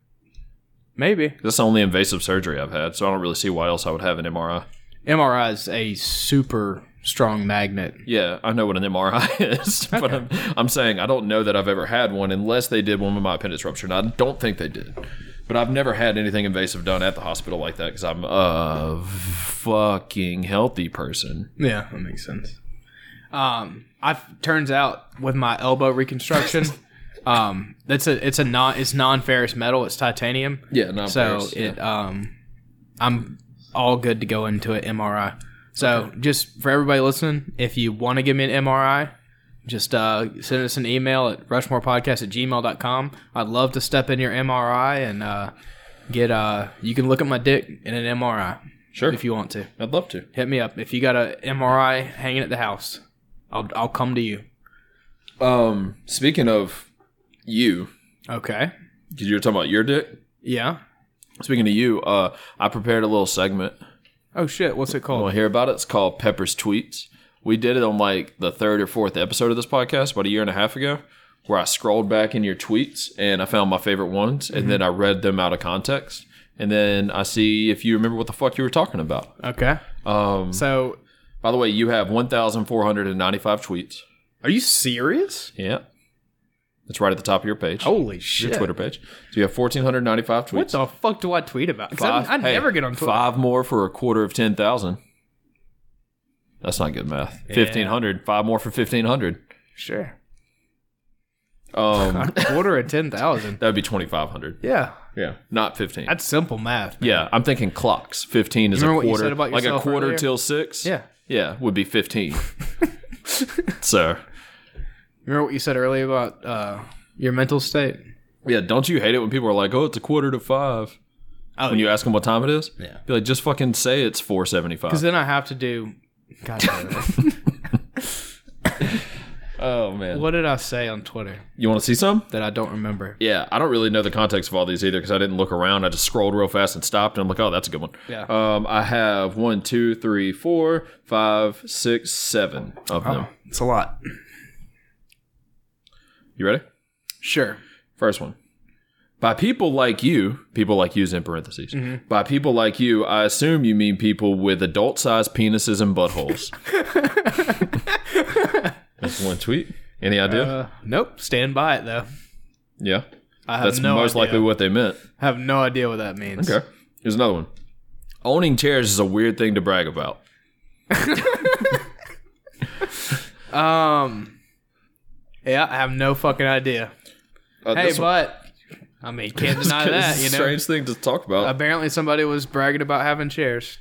[SPEAKER 3] Maybe.
[SPEAKER 2] That's the only invasive surgery I've had, so I don't really see why else I would have an MRI.
[SPEAKER 3] MRI is a super strong magnet.
[SPEAKER 2] Yeah, I know what an MRI is, but I'm, I'm saying I don't know that I've ever had one unless they did one with my appendix rupture, and I don't think they did. But I've never had anything invasive done at the hospital like that because I'm a fucking healthy person.
[SPEAKER 3] Yeah, that makes sense. Um, I turns out with my elbow reconstruction, um, that's a it's a non it's non ferrous metal. It's titanium.
[SPEAKER 2] Yeah, not
[SPEAKER 3] so it um, I'm all good to go into an MRI. So just for everybody listening, if you want to give me an MRI, just uh, send us an email at rushmorepodcast at gmail.com. I'd love to step in your MRI and uh, get uh, you can look at my dick in an MRI
[SPEAKER 2] sure.
[SPEAKER 3] if you want to.
[SPEAKER 2] I'd love to.
[SPEAKER 3] Hit me up if you got a MRI hanging at the house. I'll I'll come to you.
[SPEAKER 2] Um, speaking of you,
[SPEAKER 3] Okay.
[SPEAKER 2] 'cause you were talking about your dick.
[SPEAKER 3] Yeah.
[SPEAKER 2] Speaking of you, uh, I prepared a little segment.
[SPEAKER 3] Oh shit! What's it
[SPEAKER 2] Want
[SPEAKER 3] called?
[SPEAKER 2] to hear about it? It's called Pepper's Tweets, We did it on like the third or fourth episode of this podcast about a year and a half ago, where I scrolled back in your tweets and I found my favorite ones,
[SPEAKER 5] Mm-hmm.
[SPEAKER 2] and then I read them out of context, and then I see if you remember what the fuck you were talking about.
[SPEAKER 3] Okay.
[SPEAKER 2] Um,
[SPEAKER 5] So,
[SPEAKER 2] by the way, you have one thousand four hundred and ninety-five tweets.
[SPEAKER 5] are you serious?
[SPEAKER 2] Yeah, that's right at the top of your page.
[SPEAKER 5] Holy
[SPEAKER 2] your
[SPEAKER 5] Oh, shit!
[SPEAKER 2] Twitter page. So you have fourteen hundred ninety-five tweets.
[SPEAKER 5] What the fuck do I tweet about? 'Cause
[SPEAKER 2] Five.
[SPEAKER 5] I, I
[SPEAKER 2] hey,
[SPEAKER 5] never get on Twitter.
[SPEAKER 2] Five more for a quarter of ten thousand. That's not good math. Fifteen hundred. Five more for fifteen hundred.
[SPEAKER 5] Sure.
[SPEAKER 2] Um,
[SPEAKER 3] Quarter of ten thousand.
[SPEAKER 2] that'd be twenty five hundred.
[SPEAKER 5] Yeah,
[SPEAKER 2] Yeah, not fifteen.
[SPEAKER 5] that's simple math. man.
[SPEAKER 2] yeah, I'm thinking clocks. Fifteen is a
[SPEAKER 5] Remember what
[SPEAKER 2] quarter,
[SPEAKER 5] you said about
[SPEAKER 2] like a
[SPEAKER 5] yourself
[SPEAKER 2] quarter
[SPEAKER 5] earlier?
[SPEAKER 2] till six.
[SPEAKER 5] Yeah.
[SPEAKER 2] yeah, would be fifteen. so,
[SPEAKER 3] Remember what you said earlier about uh, your mental state?
[SPEAKER 2] yeah, don't you hate it when people are like, "Oh, it's a quarter to five.
[SPEAKER 3] Oh,
[SPEAKER 2] when you ask them what time it is,
[SPEAKER 3] Yeah.
[SPEAKER 2] be like, "Just fucking say it's four
[SPEAKER 3] Because
[SPEAKER 2] seventy-five.
[SPEAKER 3] then I have to do. God damn it.
[SPEAKER 2] Oh man,
[SPEAKER 3] what did I say on Twitter
[SPEAKER 2] you want to see some?
[SPEAKER 3] that I don't remember?
[SPEAKER 2] Yeah, I don't really know the context of all these either because I didn't look around. I just scrolled real fast and stopped, and I'm like, oh, that's a good one.
[SPEAKER 3] Yeah.
[SPEAKER 2] Um, I have one, two, three, four, five, six, seven of them.
[SPEAKER 5] it's a lot.
[SPEAKER 2] You ready?
[SPEAKER 3] Sure.
[SPEAKER 2] First one. By people like you, people like you's in parentheses.
[SPEAKER 3] Mm-hmm.
[SPEAKER 2] By people like you, I assume you mean people with adult sized penises and buttholes. That's one tweet. Any idea?
[SPEAKER 3] Uh, nope. Stand by it though.
[SPEAKER 2] yeah.
[SPEAKER 3] I have
[SPEAKER 2] That's
[SPEAKER 3] no
[SPEAKER 2] most
[SPEAKER 3] idea.
[SPEAKER 2] likely what they meant.
[SPEAKER 3] I have no idea what that means.
[SPEAKER 2] Okay. Here's another one. Owning chairs is a weird thing to brag about.
[SPEAKER 3] Um. Yeah, I have no fucking idea.
[SPEAKER 2] Uh,
[SPEAKER 3] Hey,
[SPEAKER 2] this-
[SPEAKER 3] but I mean, can't deny
[SPEAKER 2] this
[SPEAKER 3] that.
[SPEAKER 2] is
[SPEAKER 3] You
[SPEAKER 2] a
[SPEAKER 3] know.
[SPEAKER 2] strange thing to talk about.
[SPEAKER 3] Apparently, somebody was bragging about having chairs.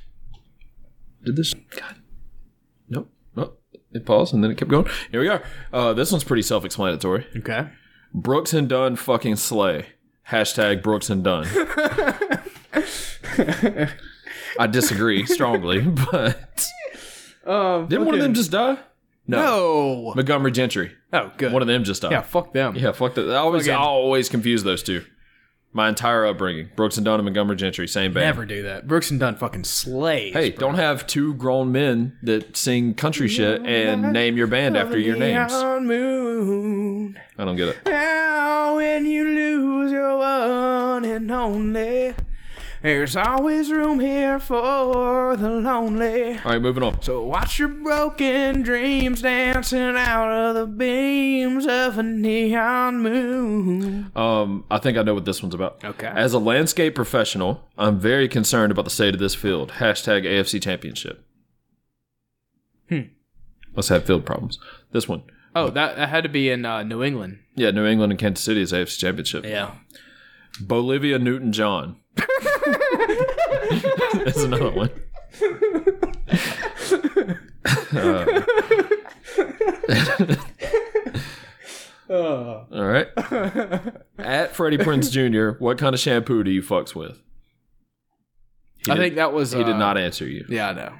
[SPEAKER 2] Did this? God. Nope. Nope. It paused and then it kept going. Here we are. Uh, this one's pretty self-explanatory.
[SPEAKER 3] Okay.
[SPEAKER 2] Brooks and Dunn fucking slay. Hashtag Brooks and Dunn. I disagree strongly, but
[SPEAKER 3] Um.
[SPEAKER 2] didn't one of them just die? No.
[SPEAKER 3] No.
[SPEAKER 2] Montgomery Gentry.
[SPEAKER 3] Oh, good.
[SPEAKER 2] One of them just died.
[SPEAKER 3] yeah. Fuck them.
[SPEAKER 2] Yeah, fuck that. I always, I
[SPEAKER 3] Fucking-
[SPEAKER 2] always confuse those two. My entire upbringing, Brooks and Dunn and Montgomery Gentry, same band.
[SPEAKER 3] Never do that. Brooks and Dunn fucking slays.
[SPEAKER 2] Hey, don't have two grown men that sing country shit and name your band after your names. I
[SPEAKER 3] Neon moon.
[SPEAKER 2] don't get it.
[SPEAKER 3] Now, when you lose your one and only, there's always room here for the lonely.
[SPEAKER 2] All right, moving on.
[SPEAKER 3] So watch your broken dreams dancing out of the beams of a neon moon.
[SPEAKER 2] Um, I think I know what this one's about.
[SPEAKER 3] Okay.
[SPEAKER 2] As a landscape professional, I'm very concerned about the state of this field. Hashtag AFC Championship. Hmm. Let's have field problems. This one.
[SPEAKER 3] Oh, that, that had to be in uh, New England.
[SPEAKER 2] Yeah, New England and Kansas City is AFC Championship.
[SPEAKER 3] Yeah.
[SPEAKER 2] Bolivia Newton John. That's another one. Uh, all right. At Freddie Prince Jr., what kind of shampoo do you fucks with? He
[SPEAKER 3] I
[SPEAKER 2] did-
[SPEAKER 3] think that was. uh,
[SPEAKER 2] he did not answer you.
[SPEAKER 3] Yeah, I know.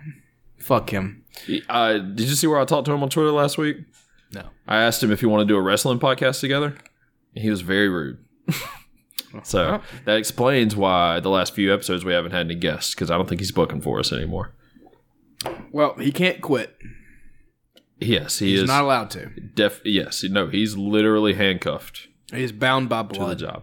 [SPEAKER 3] Fuck him.
[SPEAKER 2] He- Uh, did you see where I talked to him on Twitter last week?
[SPEAKER 3] No.
[SPEAKER 2] I asked him if he wanted to do a wrestling podcast together. and He was very rude. so
[SPEAKER 3] Oh.
[SPEAKER 2] that explains why the last few episodes we haven't had any guests because I don't think he's booking for us anymore.
[SPEAKER 3] Well, he can't quit.
[SPEAKER 2] Yes, he
[SPEAKER 3] He's
[SPEAKER 2] is.
[SPEAKER 3] not allowed to.
[SPEAKER 2] def- yes, no, he's literally handcuffed
[SPEAKER 3] He's bound by
[SPEAKER 2] to the
[SPEAKER 3] blood.
[SPEAKER 2] job.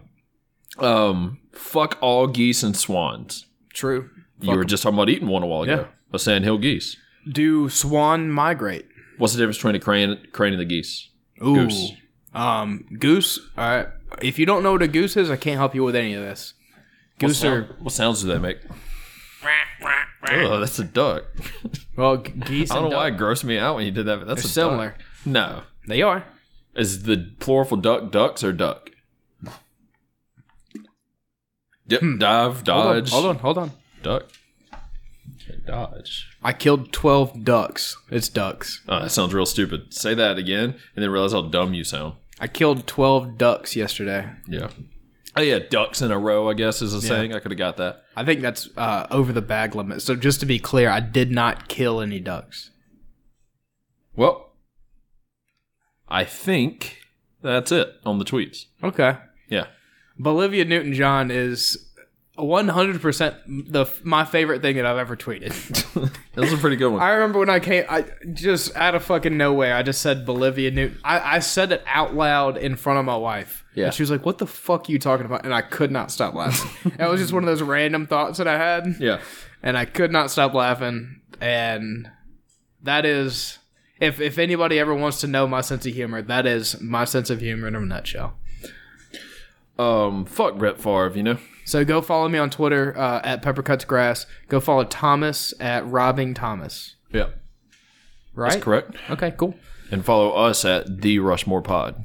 [SPEAKER 2] Um, fuck all geese and swans.
[SPEAKER 3] True.
[SPEAKER 2] you were just talking about eating one a while ago.
[SPEAKER 3] Yeah.
[SPEAKER 2] A sandhill geese.
[SPEAKER 3] Do swan migrate?
[SPEAKER 2] What's the difference between a crane, crane and a geese?
[SPEAKER 3] Ooh.
[SPEAKER 2] Goose.
[SPEAKER 3] Um, goose. All right. If you don't know what a goose is, I can't help you with any of this. Goose are
[SPEAKER 2] What sounds do they make? Oh, that's a duck.
[SPEAKER 3] well, g- geese.
[SPEAKER 2] I don't
[SPEAKER 3] and
[SPEAKER 2] know why it
[SPEAKER 3] duck.
[SPEAKER 2] grossed me out when you did that, but that's
[SPEAKER 3] They're
[SPEAKER 2] a
[SPEAKER 3] similar.
[SPEAKER 2] duck. No.
[SPEAKER 3] They are.
[SPEAKER 2] Is the plural duck ducks or duck? Dip, dive,
[SPEAKER 3] Hmm. Hold
[SPEAKER 2] dodge,
[SPEAKER 3] on, hold on. Hold on.
[SPEAKER 2] duck, dodge.
[SPEAKER 3] I killed twelve ducks. It's ducks.
[SPEAKER 2] Oh, that sounds real stupid. Say that again, and then realize how dumb you sound.
[SPEAKER 3] I killed twelve ducks yesterday.
[SPEAKER 2] Yeah. Oh yeah, ducks in a row. I guess is a saying. I could have got that.
[SPEAKER 3] I think that's uh, over the bag limit. So just to be clear, I did not kill any ducks.
[SPEAKER 2] Well, I think that's it on the tweets.
[SPEAKER 3] Okay.
[SPEAKER 2] Yeah.
[SPEAKER 3] Bolivia Newton John is one hundred percent the my favorite thing that I've ever tweeted.
[SPEAKER 2] That was a pretty good one.
[SPEAKER 3] I remember when I came, I just out of fucking nowhere, I just said Bolivia Newton. I, I said it out loud in front of my wife.
[SPEAKER 2] Yeah.
[SPEAKER 3] And she was like, what the fuck are you talking about? And I could not stop laughing. that was just one of those random thoughts that I had.
[SPEAKER 2] yeah.
[SPEAKER 3] And I could not stop laughing. And that is, if, if anybody ever wants to know my sense of humor, that is my sense of humor in a nutshell.
[SPEAKER 2] Um, fuck Brett Favre, you know?
[SPEAKER 3] So go follow me on Twitter uh, at PepperCutsGrass. Go follow Thomas at Robbing Thomas.
[SPEAKER 2] Yeah.
[SPEAKER 3] Right?
[SPEAKER 2] That's correct.
[SPEAKER 3] Okay, cool.
[SPEAKER 2] And follow us at the Rushmore Pod.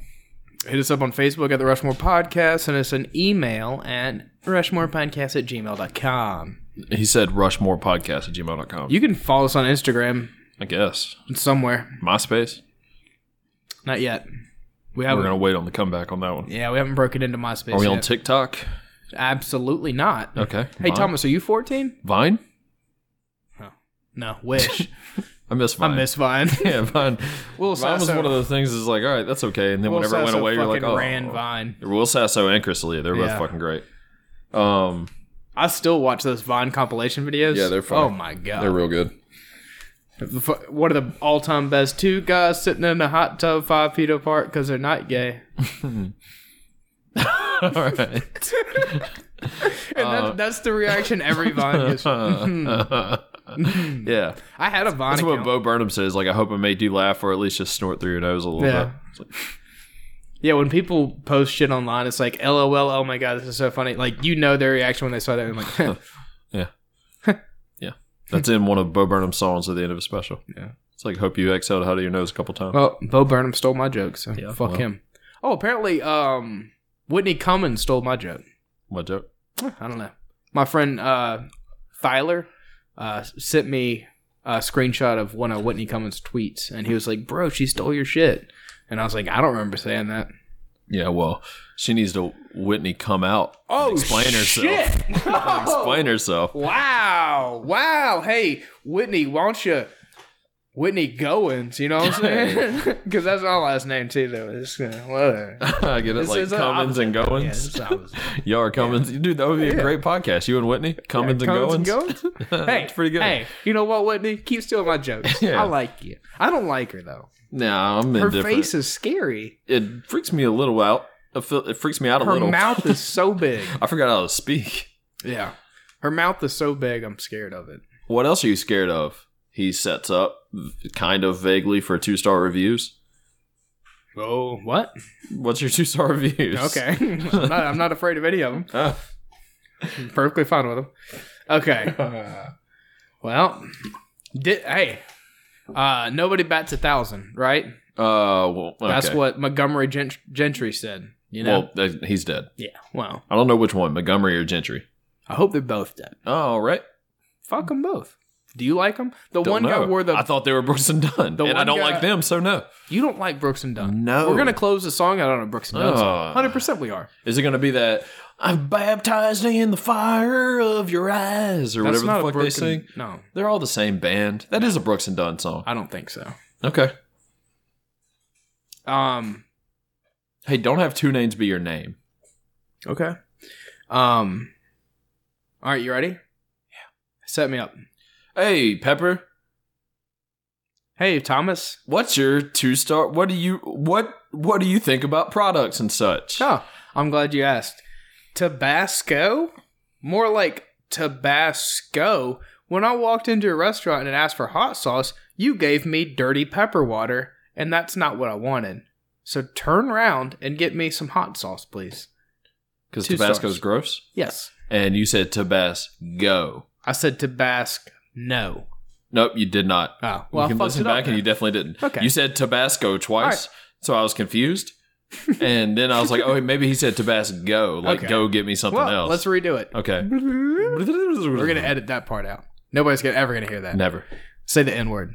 [SPEAKER 3] Hit us up on Facebook at the Rushmore Podcast. Send us an email at rushmorepodcast at gmail.com.
[SPEAKER 2] He said Rushmore Podcast at gmail.com.
[SPEAKER 3] You can follow us on Instagram
[SPEAKER 2] I guess.
[SPEAKER 3] somewhere.
[SPEAKER 2] MySpace.
[SPEAKER 3] Not yet. We
[SPEAKER 2] We're
[SPEAKER 3] haven't.
[SPEAKER 2] gonna wait on the comeback on that one.
[SPEAKER 3] yeah, we haven't broken into MySpace.
[SPEAKER 2] Are we on
[SPEAKER 3] yet.
[SPEAKER 2] TikTok?
[SPEAKER 3] Absolutely not.
[SPEAKER 2] Okay.
[SPEAKER 3] Hey,
[SPEAKER 2] Vine.
[SPEAKER 3] Thomas, are you 14?
[SPEAKER 2] Vine?
[SPEAKER 3] No, wish.
[SPEAKER 2] I miss
[SPEAKER 3] I
[SPEAKER 2] Vine.
[SPEAKER 3] miss Vine.
[SPEAKER 2] Yeah, Vine.
[SPEAKER 3] Will
[SPEAKER 2] Vine was
[SPEAKER 3] Sasso-
[SPEAKER 2] one of the things is like, all right, that's okay. And then
[SPEAKER 3] Will
[SPEAKER 2] whenever it went
[SPEAKER 3] Sasso
[SPEAKER 2] away, you're like,
[SPEAKER 3] fucking
[SPEAKER 2] oh.
[SPEAKER 3] ran Vine.
[SPEAKER 2] Will Sasso and Chris Lee, they're both
[SPEAKER 3] Yeah.
[SPEAKER 2] fucking great. Um,
[SPEAKER 3] I still watch those Vine compilation videos.
[SPEAKER 2] Yeah, they're funny.
[SPEAKER 3] Oh my god,
[SPEAKER 2] they're real good.
[SPEAKER 3] The fu- One of the all-time best. Two guys sitting in a hot tub five feet apart because they're not gay.
[SPEAKER 2] all right. Uh,
[SPEAKER 3] And that, that's the reaction every Vine gets.
[SPEAKER 2] yeah.
[SPEAKER 3] I had a Vine
[SPEAKER 2] That's what
[SPEAKER 3] account.
[SPEAKER 2] Bo Burnham says. Like, I hope it made you laugh or at least just snort through your nose a little
[SPEAKER 3] Yeah.
[SPEAKER 2] bit. It's like,
[SPEAKER 3] yeah, when people post shit online, it's like, LOL, oh my God, this is so funny. Like, you know their reaction when they saw that. And like,
[SPEAKER 2] yeah. That's in one of Bo Burnham's songs at the end of a special.
[SPEAKER 3] Yeah.
[SPEAKER 2] It's like, hope you exhaled out of your nose a couple times.
[SPEAKER 3] well, Bo Burnham stole my joke, so
[SPEAKER 2] Yeah,
[SPEAKER 3] fuck
[SPEAKER 2] well.
[SPEAKER 3] him. Oh, apparently, um, Whitney Cummings stole my joke.
[SPEAKER 2] My joke.
[SPEAKER 3] I don't know. My friend uh, Thyler uh, sent me a screenshot of one of Whitney Cummings' tweets, and he was like, "Bro, she stole your shit," and I was like, "I don't remember saying that."
[SPEAKER 2] Yeah, well, she needs to Whitney come out. and
[SPEAKER 3] Oh,
[SPEAKER 2] explain herself. Explain herself.
[SPEAKER 3] Wow, wow. Hey, Whitney, why don't you? Whitney Goins, you know what I'm saying? Because that's my last name too, though. It's, uh, whatever.
[SPEAKER 2] I get it.
[SPEAKER 3] This
[SPEAKER 2] like
[SPEAKER 3] is a-
[SPEAKER 2] Cummins and Goins. Y'all are Cummins. Dude, that would be a great podcast. You and Whitney, Cummins,
[SPEAKER 3] Cummins
[SPEAKER 2] and
[SPEAKER 3] and
[SPEAKER 2] Goins.
[SPEAKER 3] Goins? hey,
[SPEAKER 2] That's pretty good.
[SPEAKER 3] Hey, you know what, Whitney? Keep stealing my jokes.
[SPEAKER 2] Yeah.
[SPEAKER 3] I like you. I don't like her though.
[SPEAKER 2] Nah, I'm
[SPEAKER 3] Her
[SPEAKER 2] indifferent.
[SPEAKER 3] face is scary.
[SPEAKER 2] it freaks me a little out. It feel- it freaks me out a
[SPEAKER 3] Her
[SPEAKER 2] little.
[SPEAKER 3] mouth is so big.
[SPEAKER 2] I forgot how to speak.
[SPEAKER 3] Yeah. Her mouth is so big, I'm scared of it.
[SPEAKER 2] What else are you scared of? He sets up v- kind of vaguely for two star reviews.
[SPEAKER 3] Oh, what?
[SPEAKER 2] What's your two star reviews?
[SPEAKER 3] Okay. I'm, not, I'm not afraid of any of them.
[SPEAKER 2] Uh,
[SPEAKER 3] I'm perfectly fine with them. Okay. well, di- hey, uh, nobody bats a thousand, right?
[SPEAKER 2] well, okay.
[SPEAKER 3] That's what Montgomery Gent- Gentry said. You know?
[SPEAKER 2] Well, th- he's dead.
[SPEAKER 3] yeah. Well,
[SPEAKER 2] I don't know which one, Montgomery or Gentry.
[SPEAKER 3] I hope they're both dead.
[SPEAKER 2] Oh, all right.
[SPEAKER 3] Fuck them both. Do you like them? The one
[SPEAKER 2] Don't
[SPEAKER 3] guy
[SPEAKER 2] know.
[SPEAKER 3] wore the.
[SPEAKER 2] I thought they were Brooks and Dunn,
[SPEAKER 3] The
[SPEAKER 2] and I
[SPEAKER 3] one
[SPEAKER 2] don't
[SPEAKER 3] guy-
[SPEAKER 2] like them, so no.
[SPEAKER 3] you don't like Brooks and Dunn.
[SPEAKER 2] No.
[SPEAKER 3] We're gonna close the song out on a Brooks and Dunn.
[SPEAKER 2] Ugh.
[SPEAKER 3] song. Hundred percent, we are.
[SPEAKER 2] Is it going to be that I'm baptized in the fire of your eyes or
[SPEAKER 3] That's
[SPEAKER 2] whatever
[SPEAKER 3] not
[SPEAKER 2] the
[SPEAKER 3] a
[SPEAKER 2] fuck they
[SPEAKER 3] Brooks
[SPEAKER 2] sing?
[SPEAKER 3] and- no,
[SPEAKER 2] They're all the same band. That is a Brooks and Dunn song.
[SPEAKER 3] I don't think so.
[SPEAKER 2] Okay.
[SPEAKER 3] Um.
[SPEAKER 2] Hey, don't have two names be your name.
[SPEAKER 3] Okay. Um. All right, you ready? Yeah. Set me up.
[SPEAKER 2] Hey, Pepper,
[SPEAKER 3] Hey, Thomas.
[SPEAKER 2] what's your two star? What do you what what do you think about products and such?
[SPEAKER 3] Oh, I'm glad you asked. Tabasco? More like Tabasco. When I walked into a restaurant and asked for hot sauce, you gave me dirty pepper water, and that's not what I wanted. So turn around and get me some hot sauce, please.
[SPEAKER 2] Because
[SPEAKER 3] two
[SPEAKER 2] Tabasco's
[SPEAKER 3] stars.
[SPEAKER 2] gross,
[SPEAKER 3] Yes.
[SPEAKER 2] and you said Tabasco.
[SPEAKER 3] I said Tabasco. No.
[SPEAKER 2] Nope, you did not.
[SPEAKER 3] Oh,
[SPEAKER 2] you
[SPEAKER 3] well, I
[SPEAKER 2] can
[SPEAKER 3] fucked
[SPEAKER 2] listen
[SPEAKER 3] it up
[SPEAKER 2] back,
[SPEAKER 3] then.
[SPEAKER 2] and you definitely didn't.
[SPEAKER 3] Okay.
[SPEAKER 2] You said Tabasco twice, so I was confused, and then I was like, oh, maybe he said Tabasco. Like,
[SPEAKER 3] Okay.
[SPEAKER 2] go get me something
[SPEAKER 3] well,
[SPEAKER 2] else.
[SPEAKER 3] let's redo it.
[SPEAKER 2] okay.
[SPEAKER 3] We're gonna edit that part out. Nobody's gonna ever gonna hear that.
[SPEAKER 2] never
[SPEAKER 3] Say the N word.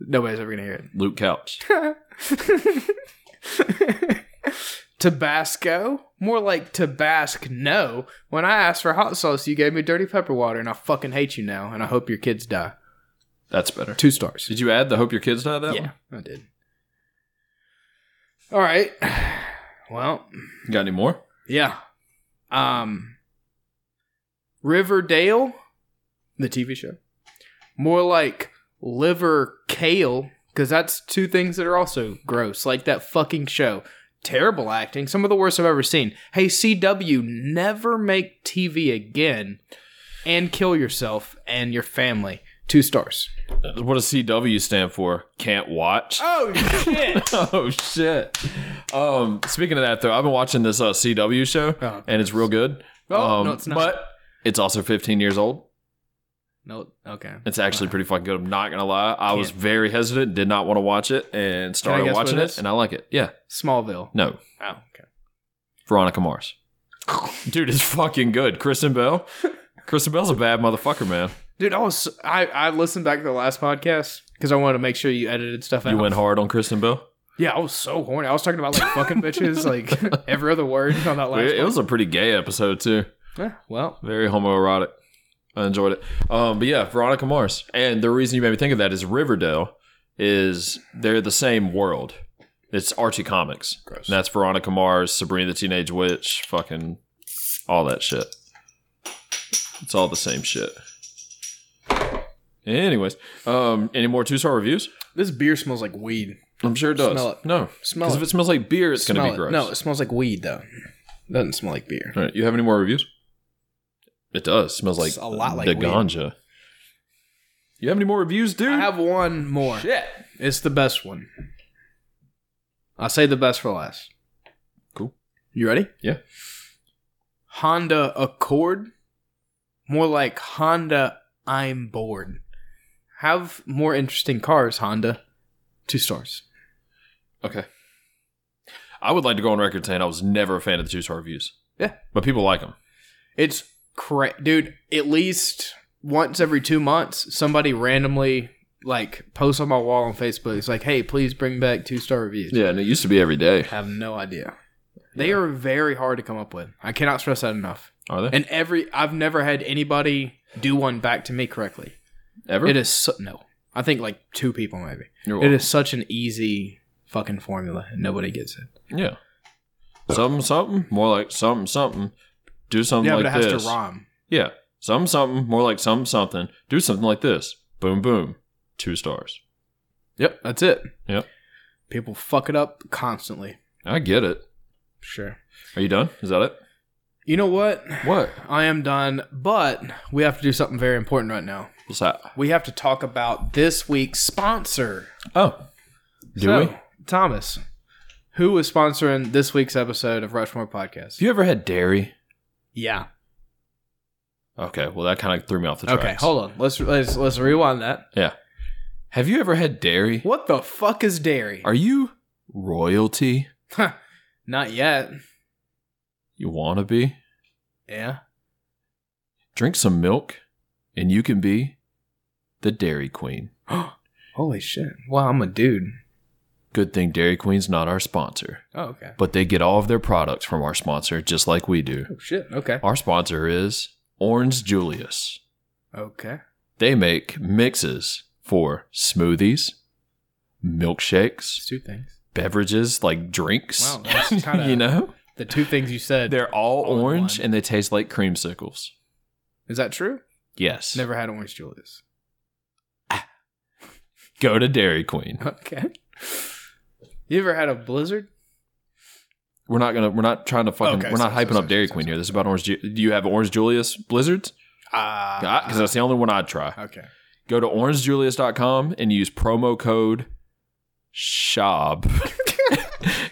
[SPEAKER 3] Nobody's ever gonna hear
[SPEAKER 2] Luke Couch.
[SPEAKER 3] it. Tabasco? More like Tabasco. No. When I asked for hot sauce, you gave me dirty pepper water, and I fucking hate you now. And I hope your kids die.
[SPEAKER 2] That's better.
[SPEAKER 3] Two stars.
[SPEAKER 2] Did you add the hope your kids die that
[SPEAKER 3] yeah,
[SPEAKER 2] one?
[SPEAKER 3] I did. All right. Well,
[SPEAKER 2] You got any more?
[SPEAKER 3] yeah. Um. Riverdale,
[SPEAKER 5] The TV show.
[SPEAKER 3] more like liver kale, because that's two things that are also gross. Like that fucking show. Terrible acting, some of the worst I've ever seen. Hey, CW, never make TV again and kill yourself and your family. Two stars.
[SPEAKER 2] What does CW stand for? Can't watch.
[SPEAKER 3] Oh, shit.
[SPEAKER 2] oh shit. Um, speaking of that though, I've been watching this uh, CW show,
[SPEAKER 3] Oh,
[SPEAKER 2] and it's real good.
[SPEAKER 3] Oh,
[SPEAKER 2] um,
[SPEAKER 3] no, it's not.
[SPEAKER 2] But it's also 15 years old.
[SPEAKER 3] no, okay.
[SPEAKER 2] It's actually
[SPEAKER 3] Uh-huh.
[SPEAKER 2] pretty fucking good. I'm not gonna lie. I was very hesitant, did not want to watch it, and started
[SPEAKER 5] guess what
[SPEAKER 2] watching
[SPEAKER 5] it
[SPEAKER 2] it,
[SPEAKER 5] is?
[SPEAKER 2] and I like it. Yeah.
[SPEAKER 3] Smallville.
[SPEAKER 2] No,
[SPEAKER 3] Oh, okay.
[SPEAKER 2] Veronica Mars. Dude, it's fucking good. Kristen Bell. Kristen Bell's a bad motherfucker, man.
[SPEAKER 3] Dude, I was I, I listened back to the last podcast because I wanted to make sure you edited stuff out.
[SPEAKER 2] You went hard on Kristen Bell.
[SPEAKER 3] Yeah, I was so horny. I was talking about like fucking bitches, like every other word on that last.
[SPEAKER 2] It, it was a pretty gay episode too.
[SPEAKER 3] one. Eh, well,
[SPEAKER 2] Very homoerotic. I enjoyed it. Um, but yeah, Veronica Mars. And the reason you made me think of that is Riverdale is they're the same world. It's Archie Comics. Gross. And that's Veronica Mars, Sabrina the Teenage Witch, fucking all that shit. It's all the same shit. Anyways, um, any more two star reviews?
[SPEAKER 3] this beer smells like weed.
[SPEAKER 2] I'm sure it does.
[SPEAKER 3] Smell it.
[SPEAKER 2] No,
[SPEAKER 3] Smell
[SPEAKER 2] Because
[SPEAKER 3] it.
[SPEAKER 2] if it smells like beer, it's gonna
[SPEAKER 3] Smell
[SPEAKER 2] be
[SPEAKER 3] it.
[SPEAKER 2] gross.
[SPEAKER 3] No, it smells like weed though. Doesn't smell like beer.
[SPEAKER 2] All right, you have any more reviews? It does. Smells like
[SPEAKER 3] It's a lot like
[SPEAKER 2] the
[SPEAKER 3] weed.
[SPEAKER 2] ganja. You have any more reviews, dude?
[SPEAKER 3] I have one more.
[SPEAKER 2] Shit.
[SPEAKER 3] It's the best one. I'll say the best for last.
[SPEAKER 2] Cool.
[SPEAKER 3] You ready?
[SPEAKER 2] Yeah.
[SPEAKER 3] Honda Accord. More like Honda I'm bored. Have more interesting cars, Honda. Two stars.
[SPEAKER 2] Okay. I would like to go on record saying I was never a fan of the two star reviews.
[SPEAKER 3] Yeah.
[SPEAKER 2] But people like them.
[SPEAKER 3] It's cra- dude. At least once every two months, somebody randomly like posts on my wall on Facebook. It's like, hey, please bring back two star reviews.
[SPEAKER 2] Yeah, and it used to be every day.
[SPEAKER 3] Have no idea. They are very hard to come up with. I cannot stress that enough.
[SPEAKER 2] Are they?
[SPEAKER 3] And every I've never had anybody do one back to me correctly.
[SPEAKER 2] Ever?
[SPEAKER 3] It is su- no. I think like two people maybe.
[SPEAKER 2] You're
[SPEAKER 3] It
[SPEAKER 2] welcome.
[SPEAKER 3] is such an easy fucking formula, and nobody gets it.
[SPEAKER 2] Yeah. Something, something. More like something, something. Do something
[SPEAKER 3] yeah,
[SPEAKER 2] like
[SPEAKER 3] but it has
[SPEAKER 2] this.
[SPEAKER 3] to rhyme.
[SPEAKER 2] Yeah. Something, something. More like something, something. Do something like this. Boom, boom. Two stars.
[SPEAKER 3] Yep, that's it.
[SPEAKER 2] Yep.
[SPEAKER 3] People fuck it up constantly.
[SPEAKER 2] I get it.
[SPEAKER 3] Sure.
[SPEAKER 2] Are you done? Is that it?
[SPEAKER 3] You know what?
[SPEAKER 2] What?
[SPEAKER 3] I am done, but we have to do something very important right now.
[SPEAKER 2] What's that?
[SPEAKER 3] We have to talk about this week's sponsor.
[SPEAKER 2] Oh. Do
[SPEAKER 3] So,
[SPEAKER 2] we?
[SPEAKER 3] Thomas, who is sponsoring this week's episode of Rushmore Podcast?
[SPEAKER 2] Have you ever had dairy?
[SPEAKER 3] Yeah.
[SPEAKER 2] Okay, well that kind of threw me off the tracks.
[SPEAKER 3] Okay, hold on. Let's let's let's rewind that.
[SPEAKER 2] Yeah. Have you ever had dairy?
[SPEAKER 3] What the fuck is dairy?
[SPEAKER 2] Are you royalty?
[SPEAKER 3] Huh. Not yet.
[SPEAKER 2] You want to be?
[SPEAKER 3] Yeah.
[SPEAKER 2] Drink some milk and you can be the Dairy Queen.
[SPEAKER 3] Holy shit. Wow, I'm a dude.
[SPEAKER 2] Good thing Dairy Queen's not our sponsor,
[SPEAKER 3] Oh, okay.
[SPEAKER 2] but they get all of their products from our sponsor just like we do.
[SPEAKER 3] Oh shit. Okay.
[SPEAKER 2] Our sponsor is Orange Julius.
[SPEAKER 3] Okay.
[SPEAKER 2] They make mixes for smoothies, milkshakes,
[SPEAKER 3] It's two things.
[SPEAKER 2] beverages like drinks.
[SPEAKER 3] Wow, that's kinda-
[SPEAKER 2] you know?
[SPEAKER 3] The two things you said.
[SPEAKER 2] They're all
[SPEAKER 3] All in
[SPEAKER 2] orange
[SPEAKER 3] one.
[SPEAKER 2] and they taste like creamsicles.
[SPEAKER 3] Is that true?
[SPEAKER 2] Yes.
[SPEAKER 3] Never had orange Julius.
[SPEAKER 2] Go to Dairy Queen.
[SPEAKER 3] Okay. You ever had a blizzard?
[SPEAKER 2] We're not gonna. We're not trying to fucking.
[SPEAKER 3] Okay,
[SPEAKER 2] we're not
[SPEAKER 3] sorry,
[SPEAKER 2] hyping
[SPEAKER 3] sorry,
[SPEAKER 2] up Dairy
[SPEAKER 3] sorry,
[SPEAKER 2] Queen
[SPEAKER 3] sorry,
[SPEAKER 2] here. This is about Orange. Ju- Do you have Orange Julius blizzards?
[SPEAKER 3] Ah.
[SPEAKER 2] Because that's the only one I'd try.
[SPEAKER 3] okay.
[SPEAKER 2] Go to orangejulius.com and use promo code SHOB.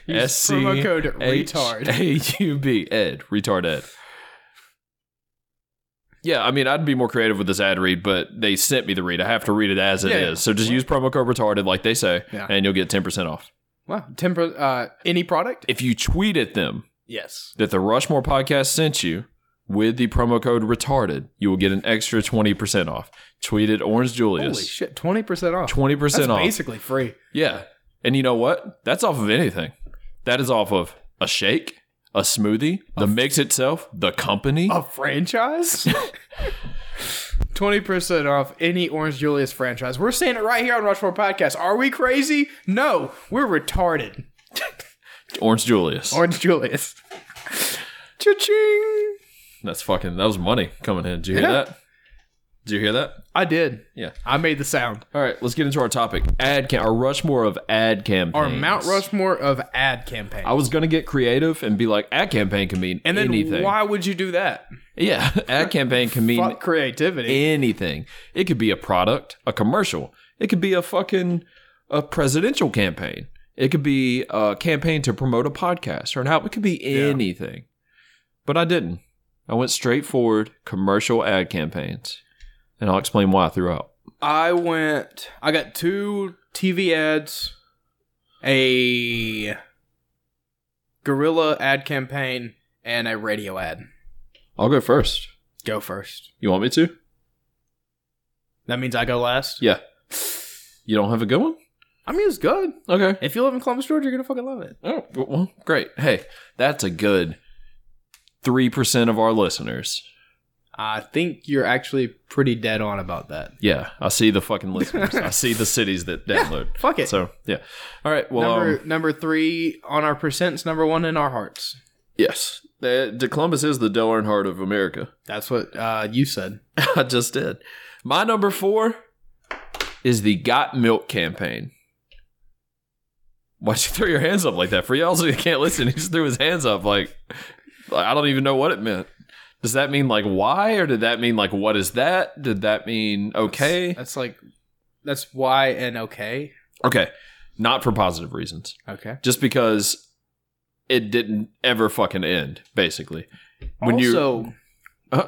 [SPEAKER 2] S C
[SPEAKER 3] promo code
[SPEAKER 2] H
[SPEAKER 3] retard.
[SPEAKER 2] A U B Ed retard Ed. Yeah, I mean, I'd be more creative with this ad read, but they sent me the read. I have to read it as it is.
[SPEAKER 3] Yeah, yeah.
[SPEAKER 2] So just use promo code retarded, like they say,
[SPEAKER 3] Yeah.
[SPEAKER 2] and you'll get ten percent off.
[SPEAKER 3] Wow. Temper. Uh, any product?
[SPEAKER 2] If you tweet at them
[SPEAKER 3] Yes.
[SPEAKER 2] that the Rushmore podcast sent you with the promo code retarded, you will get an extra 20% off. Tweet at Orange
[SPEAKER 3] Holy
[SPEAKER 2] Julius.
[SPEAKER 3] shit! Twenty percent off.
[SPEAKER 2] 20%
[SPEAKER 3] That's
[SPEAKER 2] off.
[SPEAKER 3] basically free.
[SPEAKER 2] Yeah. And you know what? That's off of anything. That is off of a shake, a smoothie, the mix itself, the company.
[SPEAKER 3] A franchise? 20% off any Orange Julius franchise. We're saying it right here on Rushmore Podcast. Are we crazy? No, we're retarded.
[SPEAKER 2] Orange Julius.
[SPEAKER 3] Orange Julius. Cha-ching!
[SPEAKER 2] That's fucking. That was money coming in. Did you hear
[SPEAKER 3] Yeah.
[SPEAKER 2] that? Did you hear that?
[SPEAKER 3] I did.
[SPEAKER 2] Yeah.
[SPEAKER 3] I made the sound.
[SPEAKER 2] All right, let's get into our topic. Ad cam, our Rushmore of ad campaigns.
[SPEAKER 3] Our Mount Rushmore of ad campaign.
[SPEAKER 2] I was gonna get creative and be like, ad campaign can mean
[SPEAKER 3] and then
[SPEAKER 2] anything.
[SPEAKER 3] why would you do that?
[SPEAKER 2] Yeah, ad campaign can mean
[SPEAKER 3] Fuck creativity.
[SPEAKER 2] anything. It could be a product, a commercial. It could be a fucking a presidential campaign. It could be a campaign to promote a podcast or an album. It could be anything. But I didn't. I went straight forward commercial ad campaigns, and I'll explain why throughout.
[SPEAKER 3] I went. I got two TV ads, a gorilla ad campaign, and a radio ad.
[SPEAKER 2] I'll go first.
[SPEAKER 3] Go first.
[SPEAKER 2] You want me to?
[SPEAKER 3] That means I go last.
[SPEAKER 2] Yeah. You don't have a good one?
[SPEAKER 3] I mean, it's good.
[SPEAKER 2] Okay.
[SPEAKER 3] If you live in Columbus, Georgia, you're gonna fucking love it.
[SPEAKER 2] Oh, well, great. Hey, that's a good 3% of our listeners.
[SPEAKER 3] I think you're actually pretty dead on about that.
[SPEAKER 2] Yeah, I see the fucking listeners. I see the cities that download.
[SPEAKER 3] Fuck it.
[SPEAKER 2] So, yeah. All right. Well,
[SPEAKER 3] number
[SPEAKER 2] um,
[SPEAKER 3] number three on our percents, number one in our hearts.
[SPEAKER 2] yes. The, the Columbus is the Dell Earnhardt of America.
[SPEAKER 3] That's what uh, you said.
[SPEAKER 2] I just did. My number four is the Got Milk campaign. Why'd you throw your hands up like that? For y'all who can't listen, he just threw his hands up like, like I don't even know what it meant. Does that mean like why, or did that mean like what is that? Did that mean okay?
[SPEAKER 3] That's like that's why and okay.
[SPEAKER 2] Okay, not for positive reasons.
[SPEAKER 3] Okay.
[SPEAKER 2] just because it didn't ever fucking end, basically.
[SPEAKER 3] also,
[SPEAKER 2] Uh,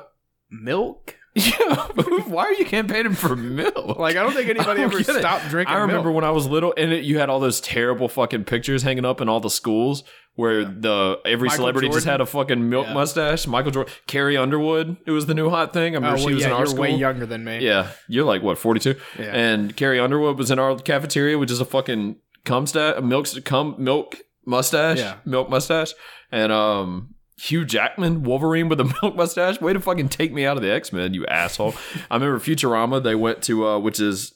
[SPEAKER 3] milk.
[SPEAKER 2] yeah, why are you campaigning for milk?
[SPEAKER 3] Like I don't think anybody
[SPEAKER 2] I don't
[SPEAKER 3] ever
[SPEAKER 2] get it.
[SPEAKER 3] stopped drinking.
[SPEAKER 2] I remember
[SPEAKER 3] milk.
[SPEAKER 2] when I was little, and it, you had all those terrible fucking pictures hanging up in all the schools where the every
[SPEAKER 3] Michael
[SPEAKER 2] celebrity just
[SPEAKER 3] Jordan?
[SPEAKER 2] had a fucking milk
[SPEAKER 3] Yeah.
[SPEAKER 2] mustache. Michael Jordan, Carrie Underwood, it was the new hot thing. I
[SPEAKER 3] Oh,
[SPEAKER 2] remember
[SPEAKER 3] well,
[SPEAKER 2] she was
[SPEAKER 3] yeah,
[SPEAKER 2] in our
[SPEAKER 3] you're
[SPEAKER 2] school.
[SPEAKER 3] way younger than me.
[SPEAKER 2] Yeah, you're like what, 42?
[SPEAKER 3] Yeah.
[SPEAKER 2] And Carrie Underwood was in our cafeteria, which is a fucking cum sta- milk cum milk mustache,
[SPEAKER 3] Yeah.
[SPEAKER 2] milk mustache, and um. Hugh Jackman, Wolverine with a milk mustache. Way to fucking take me out of the X Men, you asshole! I remember Futurama. They went to, uh, which is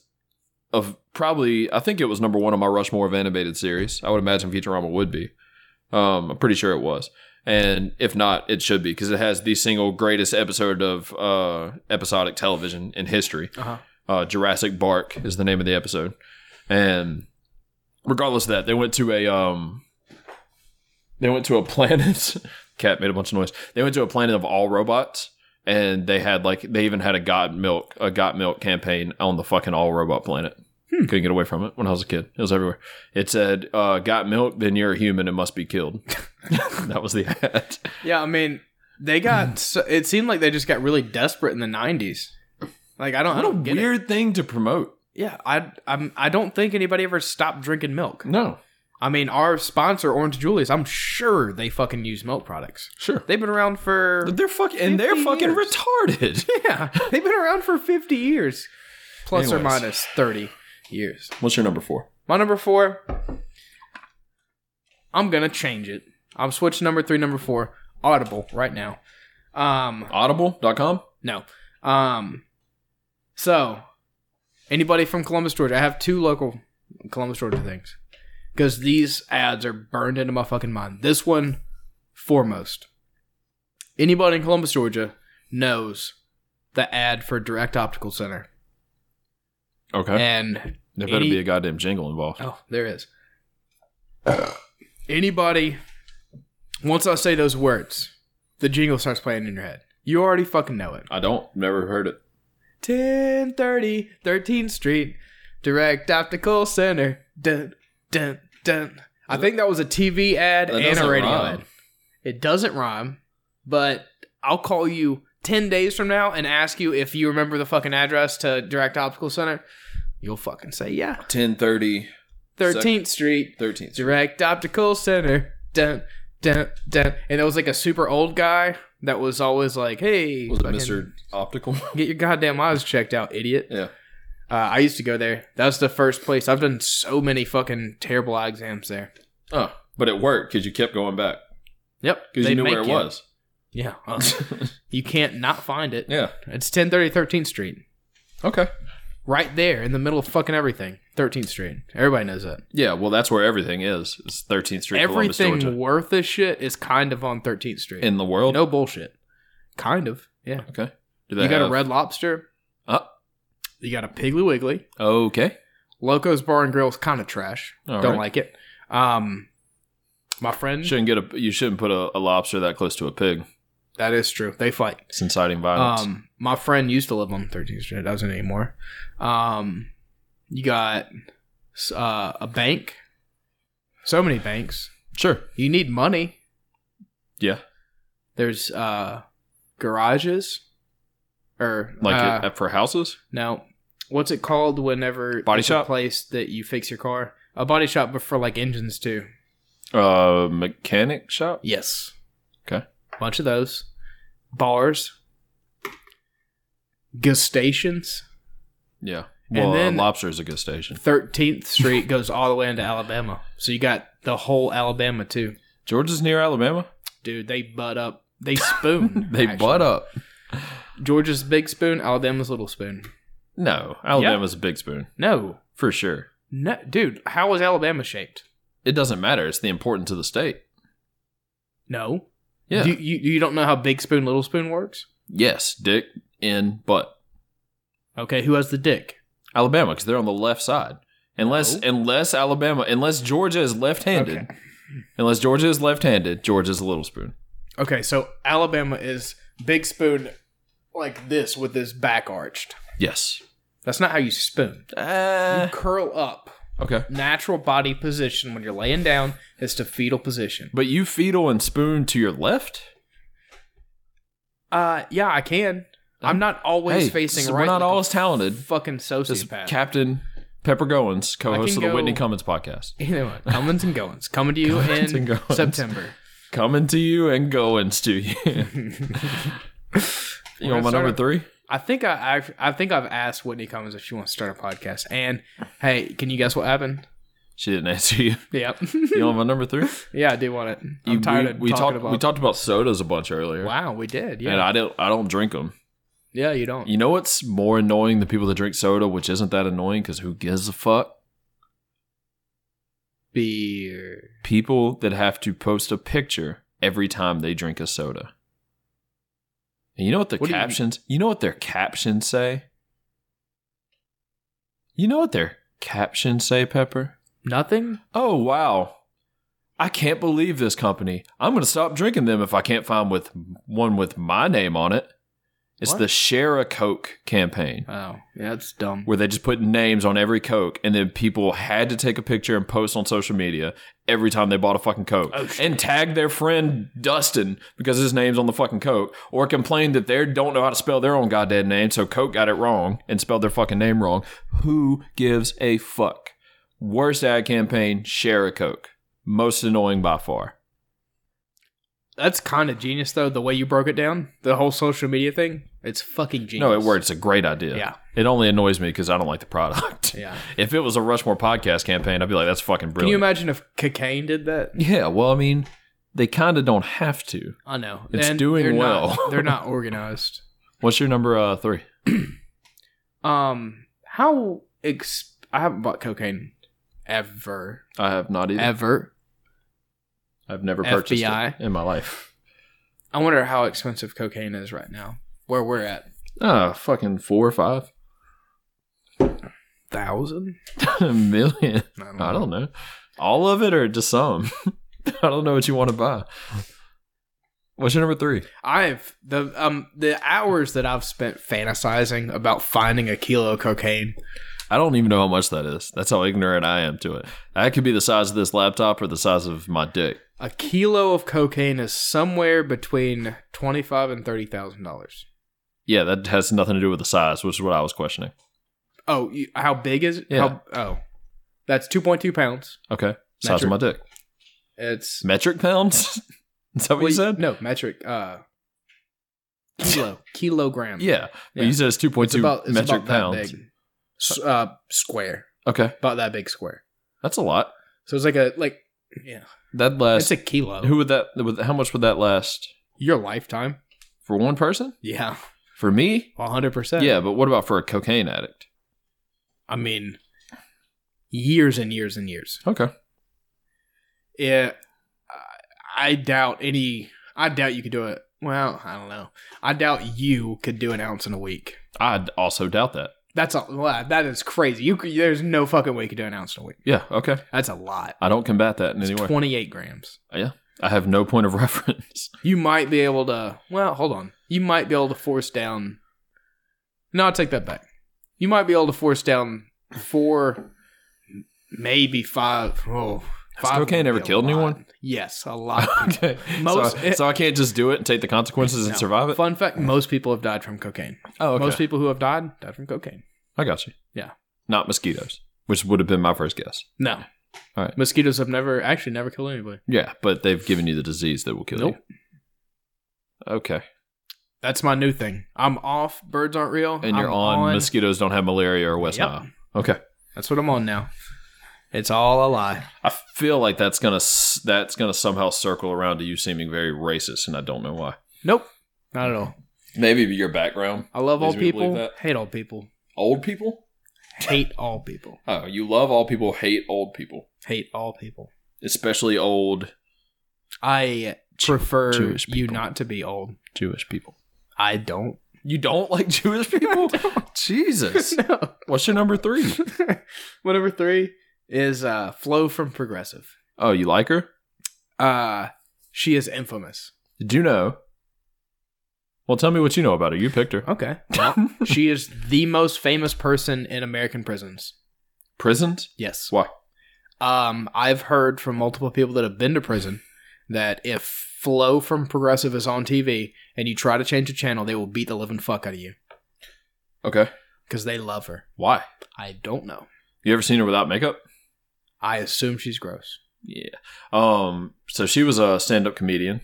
[SPEAKER 2] of probably, I think it was number one on my Rushmore of animated series. I would imagine Futurama would be. Um, I'm pretty sure it was, and if not, it should be because it has the single greatest episode of uh, episodic television in history
[SPEAKER 3] Uh-huh.
[SPEAKER 2] uh, Jurassic Bark is the name of the episode. And regardless of that, they went to a um, they went to a planet. Cat made a bunch of noise. They went to a planet of all robots, and they had like they even had a got milk a got milk campaign on the fucking all robot planet.
[SPEAKER 3] Hmm.
[SPEAKER 2] Couldn't get away from it when I was a kid. It was everywhere. It said, uh, "Got milk? Then you're a human and must be killed." that was the ad.
[SPEAKER 3] Yeah, I mean, they
[SPEAKER 2] Hmm.
[SPEAKER 3] got. so, it seemed like they just got really desperate in the '90s. Like I don't, I
[SPEAKER 2] What a
[SPEAKER 3] don't get it.
[SPEAKER 2] weird thing to promote.
[SPEAKER 3] Yeah, I, I'm. I don't think anybody ever stopped drinking milk.
[SPEAKER 2] No,
[SPEAKER 3] I mean, our sponsor Orange Julius. I'm sure they fucking use milk products.
[SPEAKER 2] sure.
[SPEAKER 3] They've been around for.
[SPEAKER 2] They're fucking and they're
[SPEAKER 3] 50
[SPEAKER 2] fucking
[SPEAKER 3] years.
[SPEAKER 2] retarded.
[SPEAKER 3] Yeah, they've been around for 50 years, plus or
[SPEAKER 2] Anyways.
[SPEAKER 3] minus 30 years.
[SPEAKER 2] What's your number four?
[SPEAKER 3] My number four, I'm gonna change it. I'm switching number three, number four, Audible right now. Um,
[SPEAKER 2] Audible.com?
[SPEAKER 3] no. Um, so anybody from Columbus, Georgia? I have two local Columbus, Georgia things because these ads are burned into my fucking mind. This one foremost. Anybody in Columbus, Georgia knows the ad for Direct Optical Center,
[SPEAKER 2] Okay.
[SPEAKER 3] and
[SPEAKER 2] there better
[SPEAKER 3] any-
[SPEAKER 2] be a goddamn jingle involved.
[SPEAKER 3] Oh, there is. Anybody, once I say those words, the jingle starts playing in your head. You already fucking know it.
[SPEAKER 2] I don't. Never heard it.
[SPEAKER 3] 1030 13th Street, Direct Optical Center. Dun, dun, dun. I think that was a TV ad
[SPEAKER 2] That
[SPEAKER 3] and
[SPEAKER 2] doesn't
[SPEAKER 3] a radio
[SPEAKER 2] rhyme.
[SPEAKER 3] ad. It doesn't rhyme, but I'll call you 10 days from now and ask you if you remember the fucking address to Direct Optical Center. You'll fucking say, yeah.
[SPEAKER 2] 1030,
[SPEAKER 3] 13th Street,
[SPEAKER 2] 13th.
[SPEAKER 3] Direct Optical Center. Dun, dun, dun. And it was like a super old guy that was always like, hey,
[SPEAKER 2] Was it
[SPEAKER 3] fucking
[SPEAKER 2] Mr. Optical?
[SPEAKER 3] get your goddamn eyes checked out, idiot.
[SPEAKER 2] yeah.
[SPEAKER 3] Uh, I used to go there. That was the first place. I've done so many fucking terrible eye exams there.
[SPEAKER 2] Oh, but it worked because you kept going back
[SPEAKER 3] Yep.
[SPEAKER 2] because
[SPEAKER 3] they
[SPEAKER 2] you knew
[SPEAKER 3] make
[SPEAKER 2] where it
[SPEAKER 3] you- Uh-huh.
[SPEAKER 2] was.
[SPEAKER 3] Yeah. well, you can't not find it.
[SPEAKER 2] Yeah.
[SPEAKER 3] It's 1030 13th Street.
[SPEAKER 2] Okay.
[SPEAKER 3] Right there in the middle of fucking everything. 13th Street. Everybody knows that.
[SPEAKER 2] Yeah. Well, that's where everything is. It's 13th Street, Columbus,
[SPEAKER 3] Everything
[SPEAKER 2] Georgia.
[SPEAKER 3] worth a shit is kind of on 13th Street.
[SPEAKER 2] In the world?
[SPEAKER 3] no bullshit. Kind of. Yeah.
[SPEAKER 2] Okay. Do
[SPEAKER 3] you got
[SPEAKER 2] have-
[SPEAKER 3] a Red Lobster.
[SPEAKER 2] Uh.
[SPEAKER 3] You got a Piggly Wiggly.
[SPEAKER 2] Okay.
[SPEAKER 3] Loco's Bar and Grill's kind of trash.
[SPEAKER 2] All
[SPEAKER 3] Don't
[SPEAKER 2] right.
[SPEAKER 3] like it. Um, my friend.
[SPEAKER 2] Shouldn't get a. You shouldn't put a, a lobster that close to a pig.
[SPEAKER 3] That is true. They fight.
[SPEAKER 2] It's inciting violence.
[SPEAKER 3] Um, my friend used to live on 13th Street. Doesn't anymore. Um, you got uh, a bank. So many banks.
[SPEAKER 2] sure.
[SPEAKER 3] You need money.
[SPEAKER 2] Yeah.
[SPEAKER 3] There's uh, garages, or
[SPEAKER 2] Like
[SPEAKER 3] uh,
[SPEAKER 2] it, for houses.
[SPEAKER 3] No. What's it called whenever
[SPEAKER 2] Body
[SPEAKER 3] it's
[SPEAKER 2] shop?
[SPEAKER 3] a place that you fix your car? A body shop but for like engines too.
[SPEAKER 2] Uh, mechanic shop.
[SPEAKER 3] Yes.
[SPEAKER 2] Okay.
[SPEAKER 3] Bunch of those. Bars. Gas stations.
[SPEAKER 2] Yeah.
[SPEAKER 3] And
[SPEAKER 2] Well,
[SPEAKER 3] then-
[SPEAKER 2] a lobster is a good station.
[SPEAKER 3] Thirteenth Street goes all the way into Alabama. So you got the whole Alabama too.
[SPEAKER 2] Georgia's near Alabama.
[SPEAKER 3] Dude, they butt up. They spoon.
[SPEAKER 2] They
[SPEAKER 3] actually.
[SPEAKER 2] butt up.
[SPEAKER 3] Georgia's big spoon, Alabama's little spoon.
[SPEAKER 2] No, Alabama's a big spoon
[SPEAKER 3] No.
[SPEAKER 2] for sure.
[SPEAKER 3] No dude, how is Alabama shaped?
[SPEAKER 2] It doesn't matter. It's the importance of the state.
[SPEAKER 3] No.
[SPEAKER 2] Yeah.
[SPEAKER 3] Do you you don't know how big spoon, little spoon works?
[SPEAKER 2] yes, dick in butt.
[SPEAKER 3] Okay, who has the dick?
[SPEAKER 2] Alabama because they're on the left side. Unless unless Alabama unless Georgia is left-handed.
[SPEAKER 3] Oh. Okay.
[SPEAKER 2] Unless Georgia is left-handed, Georgia's a little spoon.
[SPEAKER 3] Okay, so Alabama is big spoon like this with this back arched.
[SPEAKER 2] Yes.
[SPEAKER 3] That's not how you spoon.
[SPEAKER 2] Uh,
[SPEAKER 3] Curl up.
[SPEAKER 2] okay.
[SPEAKER 3] Natural body position when you're laying down is to fetal position.
[SPEAKER 2] But you fetal and spoon to your left?
[SPEAKER 3] Uh, yeah, I can. I'm not always
[SPEAKER 2] Hey,
[SPEAKER 3] facing
[SPEAKER 2] so
[SPEAKER 3] right.
[SPEAKER 2] We're not
[SPEAKER 3] like a
[SPEAKER 2] all as talented.
[SPEAKER 3] fucking
[SPEAKER 2] This is
[SPEAKER 3] sociopath.
[SPEAKER 2] Captain Pepper Goins, co-host
[SPEAKER 3] can
[SPEAKER 2] of the
[SPEAKER 3] go-
[SPEAKER 2] Whitney Cummins podcast.
[SPEAKER 3] Either one. Comings and goings. Coming to you
[SPEAKER 2] Comings
[SPEAKER 3] in
[SPEAKER 2] and goings.
[SPEAKER 3] September.
[SPEAKER 2] Coming to you and goings to you. you
[SPEAKER 3] We're
[SPEAKER 2] want my
[SPEAKER 3] gonna
[SPEAKER 2] number
[SPEAKER 3] start-
[SPEAKER 2] three?
[SPEAKER 3] I think I I've, I think I've asked Whitney Cummings if she wants to start a podcast. And hey, can you guess what happened?
[SPEAKER 2] She didn't answer you.
[SPEAKER 3] Yep.
[SPEAKER 2] You want my number three?
[SPEAKER 3] yeah, I do want it. I'm
[SPEAKER 2] You-
[SPEAKER 3] tired
[SPEAKER 2] we,
[SPEAKER 3] of
[SPEAKER 2] we
[SPEAKER 3] talking
[SPEAKER 2] talked,
[SPEAKER 3] about.
[SPEAKER 2] We talked about sodas a bunch earlier.
[SPEAKER 3] wow, we did. Yeah.
[SPEAKER 2] And I don't I don't drink them.
[SPEAKER 3] Yeah, you don't.
[SPEAKER 2] You know what's more annoying than people that drink soda, which isn't that annoying because who gives a fuck?
[SPEAKER 3] Beer.
[SPEAKER 2] People that have to post a picture every time they drink a soda. And you know what the
[SPEAKER 3] What do you-
[SPEAKER 2] captions? You, know what their captions say? You know what their captions say, Pepper?
[SPEAKER 3] Nothing?
[SPEAKER 2] Oh wow. I can't believe this company. I'm going to stop drinking them if I can't find with one with my name on it. It's
[SPEAKER 3] What?
[SPEAKER 2] the Share a Coke campaign.
[SPEAKER 3] Oh, yeah, that's dumb.
[SPEAKER 2] where they just put names on every Coke, and then people had to take a picture and post on social media every time they bought a fucking Coke,
[SPEAKER 3] Oh,
[SPEAKER 2] and tag their friend Dustin because his name's on the fucking Coke, or complain that they don't know how to spell their own goddamn name, so Coke got it wrong and spelled their fucking name wrong. Who gives a fuck? Worst ad campaign: share a Coke. Most annoying by far.
[SPEAKER 3] That's kind of genius, though, the way you broke it down. The whole social media thing. It's fucking genius.
[SPEAKER 2] No, it worked. It's a great idea.
[SPEAKER 3] Yeah.
[SPEAKER 2] It only annoys me because I don't like the product.
[SPEAKER 3] Yeah.
[SPEAKER 2] If it was a Rushmore podcast campaign, I'd be like, that's fucking
[SPEAKER 3] Can you
[SPEAKER 2] brilliant.
[SPEAKER 3] imagine if cocaine did that?
[SPEAKER 2] Yeah, well, I mean, they kind of don't have to.
[SPEAKER 3] I know.
[SPEAKER 2] It's doing
[SPEAKER 3] they're not-
[SPEAKER 2] well.
[SPEAKER 3] they're not organized.
[SPEAKER 2] What's your number uh, three?
[SPEAKER 3] Um, how. Ex- I haven't bought cocaine ever.
[SPEAKER 2] I have not either.
[SPEAKER 3] Ever.
[SPEAKER 2] I've never purchased
[SPEAKER 3] FBI.
[SPEAKER 2] it in my life.
[SPEAKER 3] I wonder how expensive cocaine is right now, where we're at.
[SPEAKER 2] Ah, fucking four or five
[SPEAKER 3] Thousand?
[SPEAKER 2] million.
[SPEAKER 3] I don't
[SPEAKER 2] I don't know. All of it or just some? I don't know what you want to buy. What's your number three?
[SPEAKER 3] I've the um the hours that I've spent fantasizing about finding a kilo of cocaine.
[SPEAKER 2] I don't even know how much that is. That's how ignorant I am to it. That could be the size of this laptop or the size of my dick.
[SPEAKER 3] A kilo of cocaine is somewhere between twenty five and thirty thousand dollars.
[SPEAKER 2] Yeah, that has nothing to do with the size, which is what I was questioning.
[SPEAKER 3] Oh, you, how big is it?
[SPEAKER 2] Yeah.
[SPEAKER 3] How, oh, that's two point two pounds.
[SPEAKER 2] Okay. Size of my
[SPEAKER 3] Metric.
[SPEAKER 2] dick.
[SPEAKER 3] It's
[SPEAKER 2] Metric pounds? is that what
[SPEAKER 3] well,
[SPEAKER 2] you said?
[SPEAKER 3] no metric. Uh, kilo kilogram.
[SPEAKER 2] Yeah, but
[SPEAKER 3] Yeah.
[SPEAKER 2] you said it's two point
[SPEAKER 3] it's
[SPEAKER 2] two
[SPEAKER 3] about
[SPEAKER 2] metric
[SPEAKER 3] it's about that
[SPEAKER 2] pounds.
[SPEAKER 3] big. S- Uh, square
[SPEAKER 2] Okay,
[SPEAKER 3] about that big square.
[SPEAKER 2] that's a lot.
[SPEAKER 3] So it's like a like yeah,
[SPEAKER 2] That lasts.
[SPEAKER 3] it's a kilo.
[SPEAKER 2] who would that? Would, how much would that last
[SPEAKER 3] Your lifetime?
[SPEAKER 2] for one person?
[SPEAKER 3] Yeah,
[SPEAKER 2] For me,
[SPEAKER 3] one hundred percent.
[SPEAKER 2] yeah. But what about for a cocaine addict?
[SPEAKER 3] I mean, years and years and years.
[SPEAKER 2] Okay,
[SPEAKER 3] Yeah, I- I doubt any. I doubt you could do it Well, I don't know. I doubt you could do an ounce in a week.
[SPEAKER 2] I also doubt that.
[SPEAKER 3] That's a lot. That is crazy. You could, there's no fucking way you could do an ounce in a week.
[SPEAKER 2] Yeah. Okay.
[SPEAKER 3] That's a lot.
[SPEAKER 2] I don't combat that in any way.
[SPEAKER 3] 28 grams.
[SPEAKER 2] Yeah. I have no point of reference.
[SPEAKER 3] You might be able to. Well, hold on. You might be able to force down. No, I take that back. You might be able to force down four, maybe five. Oh,
[SPEAKER 2] Has
[SPEAKER 3] five
[SPEAKER 2] cocaine
[SPEAKER 3] would
[SPEAKER 2] ever
[SPEAKER 3] be a
[SPEAKER 2] killed
[SPEAKER 3] lot.
[SPEAKER 2] anyone?
[SPEAKER 3] Yes, a lot.
[SPEAKER 2] okay.
[SPEAKER 3] Most-
[SPEAKER 2] so, so I can't just do it and take the consequences and
[SPEAKER 3] No.
[SPEAKER 2] survive it.
[SPEAKER 3] Fun fact: Most people have died from cocaine.
[SPEAKER 2] Oh, okay.
[SPEAKER 3] Most people who have died died from cocaine.
[SPEAKER 2] I got you.
[SPEAKER 3] Yeah.
[SPEAKER 2] Not mosquitoes, which would have been my first guess.
[SPEAKER 3] No.
[SPEAKER 2] All right.
[SPEAKER 3] Mosquitoes have never actually never killed anybody.
[SPEAKER 2] Yeah, but they've given you the disease that will kill
[SPEAKER 3] Nope.
[SPEAKER 2] you. Okay.
[SPEAKER 3] That's my new thing. I'm off. Birds aren't real.
[SPEAKER 2] And you're
[SPEAKER 3] I'm
[SPEAKER 2] on, mosquitoes don't have malaria or West
[SPEAKER 3] Yep.
[SPEAKER 2] Nile. Okay.
[SPEAKER 3] That's what I'm on now. It's all a lie.
[SPEAKER 2] I feel like that's gonna s- that's gonna somehow circle around to you seeming very racist, and I don't know why.
[SPEAKER 3] Nope. Not at all.
[SPEAKER 2] Maybe your background,
[SPEAKER 3] I love all
[SPEAKER 2] Leads me to believe
[SPEAKER 3] people.
[SPEAKER 2] that.
[SPEAKER 3] Hate all people.
[SPEAKER 2] old people.
[SPEAKER 3] Hate all people.
[SPEAKER 2] Oh, you love all people, hate old people,
[SPEAKER 3] Hate all people.
[SPEAKER 2] especially old
[SPEAKER 3] I prefer
[SPEAKER 2] Jewish
[SPEAKER 3] you
[SPEAKER 2] people.
[SPEAKER 3] not to be old.
[SPEAKER 2] Jewish people.
[SPEAKER 3] I don't.
[SPEAKER 2] You don't like Jewish people? Jesus.
[SPEAKER 3] No.
[SPEAKER 2] What's your number three?
[SPEAKER 3] My number three is uh, Flo from Progressive.
[SPEAKER 2] Oh, you like her?
[SPEAKER 3] Uh, she is infamous.
[SPEAKER 2] Did you know? Well, tell me what you know about her. You picked her.
[SPEAKER 3] Okay. Well, she is the most famous person in American prisons.
[SPEAKER 2] Prisons?
[SPEAKER 3] Yes.
[SPEAKER 2] Why?
[SPEAKER 3] Um, I've heard from multiple people that have been to prison that if Flo from Progressive is on TV and you try to change the channel, they will beat the living fuck out of you
[SPEAKER 2] Okay.
[SPEAKER 3] because they love her.
[SPEAKER 2] Why?
[SPEAKER 3] I don't know.
[SPEAKER 2] You ever seen her without makeup?
[SPEAKER 3] I assume she's gross.
[SPEAKER 2] Yeah. Um. So she was a stand-up comedian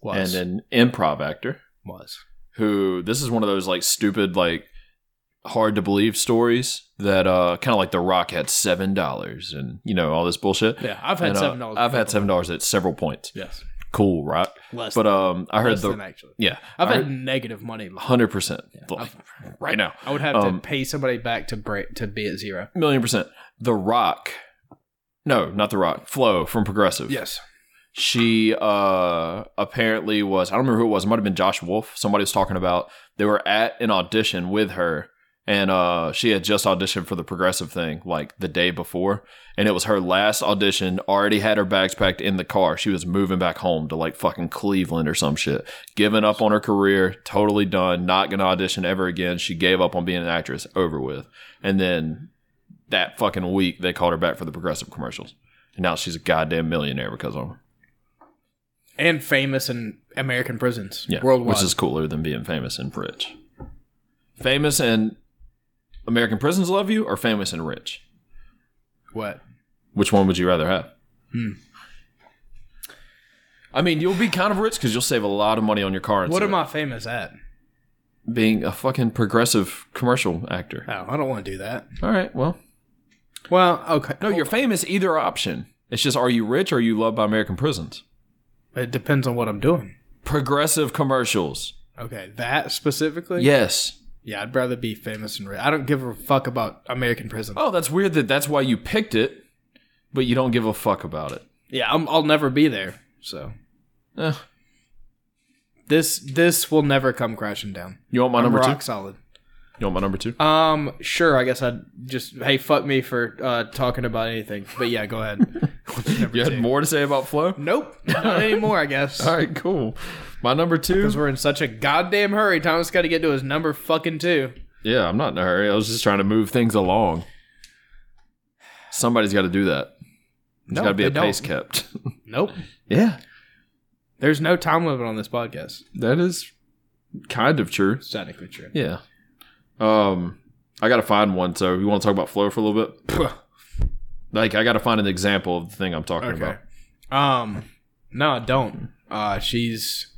[SPEAKER 3] Was
[SPEAKER 2] and an improv actor.
[SPEAKER 3] was
[SPEAKER 2] Who? This is one of those like stupid, like hard to believe stories that uh kind of like The Rock had seven dollars and you know all this bullshit.
[SPEAKER 3] yeah. I've had
[SPEAKER 2] And, uh,
[SPEAKER 3] seven dollars.
[SPEAKER 2] I've had seven dollars at several points.
[SPEAKER 3] Yes,
[SPEAKER 2] Cool, right?
[SPEAKER 3] less.
[SPEAKER 2] But um, I heard
[SPEAKER 3] less than
[SPEAKER 2] the
[SPEAKER 3] actually.
[SPEAKER 2] yeah,
[SPEAKER 3] I've had negative money.
[SPEAKER 2] hundred percent
[SPEAKER 3] I've-
[SPEAKER 2] right now.
[SPEAKER 3] I would have
[SPEAKER 2] Um,
[SPEAKER 3] to pay somebody back to break to be at zero.
[SPEAKER 2] million percent. The Rock, no, not The Rock. Flo from Progressive.
[SPEAKER 3] Yes.
[SPEAKER 2] she uh apparently was I don't remember who it was. It might have been Josh Wolf. Somebody was talking about they were at an audition with her, and uh she had just auditioned for the Progressive thing like the day before, and it was her last audition. Already had her bags packed in the car. She was moving back home to like fucking Cleveland or some shit. Giving up on her career, totally done. Not gonna audition ever again. She gave up on being an actress. Over with. And then that fucking week they called her back for the Progressive commercials. And now she's a goddamn millionaire because of her.
[SPEAKER 3] And famous in American prisons
[SPEAKER 2] Yeah,
[SPEAKER 3] worldwide.
[SPEAKER 2] which is cooler than being famous and rich. Famous and American prisons love you, or famous and rich.
[SPEAKER 3] what?
[SPEAKER 2] Which one would you rather have? Hmm. I mean, you'll be kind of rich because you'll save a lot of money on your car. And
[SPEAKER 3] What
[SPEAKER 2] stuff.
[SPEAKER 3] am I famous at?
[SPEAKER 2] being a fucking progressive commercial actor?
[SPEAKER 3] Oh, I don't want to do that.
[SPEAKER 2] All right, well,
[SPEAKER 3] Well, okay.
[SPEAKER 2] no, you're famous either option. It's just, are you rich or are you loved by American prisons?
[SPEAKER 3] It depends on what I'm doing.
[SPEAKER 2] Progressive commercials.
[SPEAKER 3] Okay, that specifically.
[SPEAKER 2] Yes.
[SPEAKER 3] yeah. I'd rather be famous and rich. I don't give a fuck about American prison.
[SPEAKER 2] Oh, that's weird that that's why you picked it, but you don't give a fuck about it.
[SPEAKER 3] Yeah, I'm, I'll never be there. So
[SPEAKER 2] Eh.
[SPEAKER 3] this this will never come crashing down.
[SPEAKER 2] You want my number
[SPEAKER 3] rock
[SPEAKER 2] two?
[SPEAKER 3] solid.
[SPEAKER 2] You want my number two?
[SPEAKER 3] Um, sure. I guess I'd just hey, fuck me for uh, talking about anything. But yeah, go ahead. Number
[SPEAKER 2] You had
[SPEAKER 3] two.
[SPEAKER 2] more to say about Flo?
[SPEAKER 3] Nope, not anymore. I guess.
[SPEAKER 2] All right, cool. My number
[SPEAKER 3] Because
[SPEAKER 2] two.
[SPEAKER 3] we're in such a goddamn hurry. Thomas got to get to his number fucking two.
[SPEAKER 2] Yeah, I'm not in a hurry. I was just trying to move things along. Somebody's got to do that. There's
[SPEAKER 3] No,
[SPEAKER 2] got to be
[SPEAKER 3] they
[SPEAKER 2] a pace
[SPEAKER 3] don't.
[SPEAKER 2] kept.
[SPEAKER 3] Nope.
[SPEAKER 2] yeah,
[SPEAKER 3] There's no time limit on this podcast.
[SPEAKER 2] that is kind of true.
[SPEAKER 3] It's technically true.
[SPEAKER 2] Yeah. Um, I got to find one. So you want to talk about Flo for a little bit? Like, I got to find an example of the thing I'm talking
[SPEAKER 3] Okay.
[SPEAKER 2] about.
[SPEAKER 3] Um, no, I don't. Uh, she's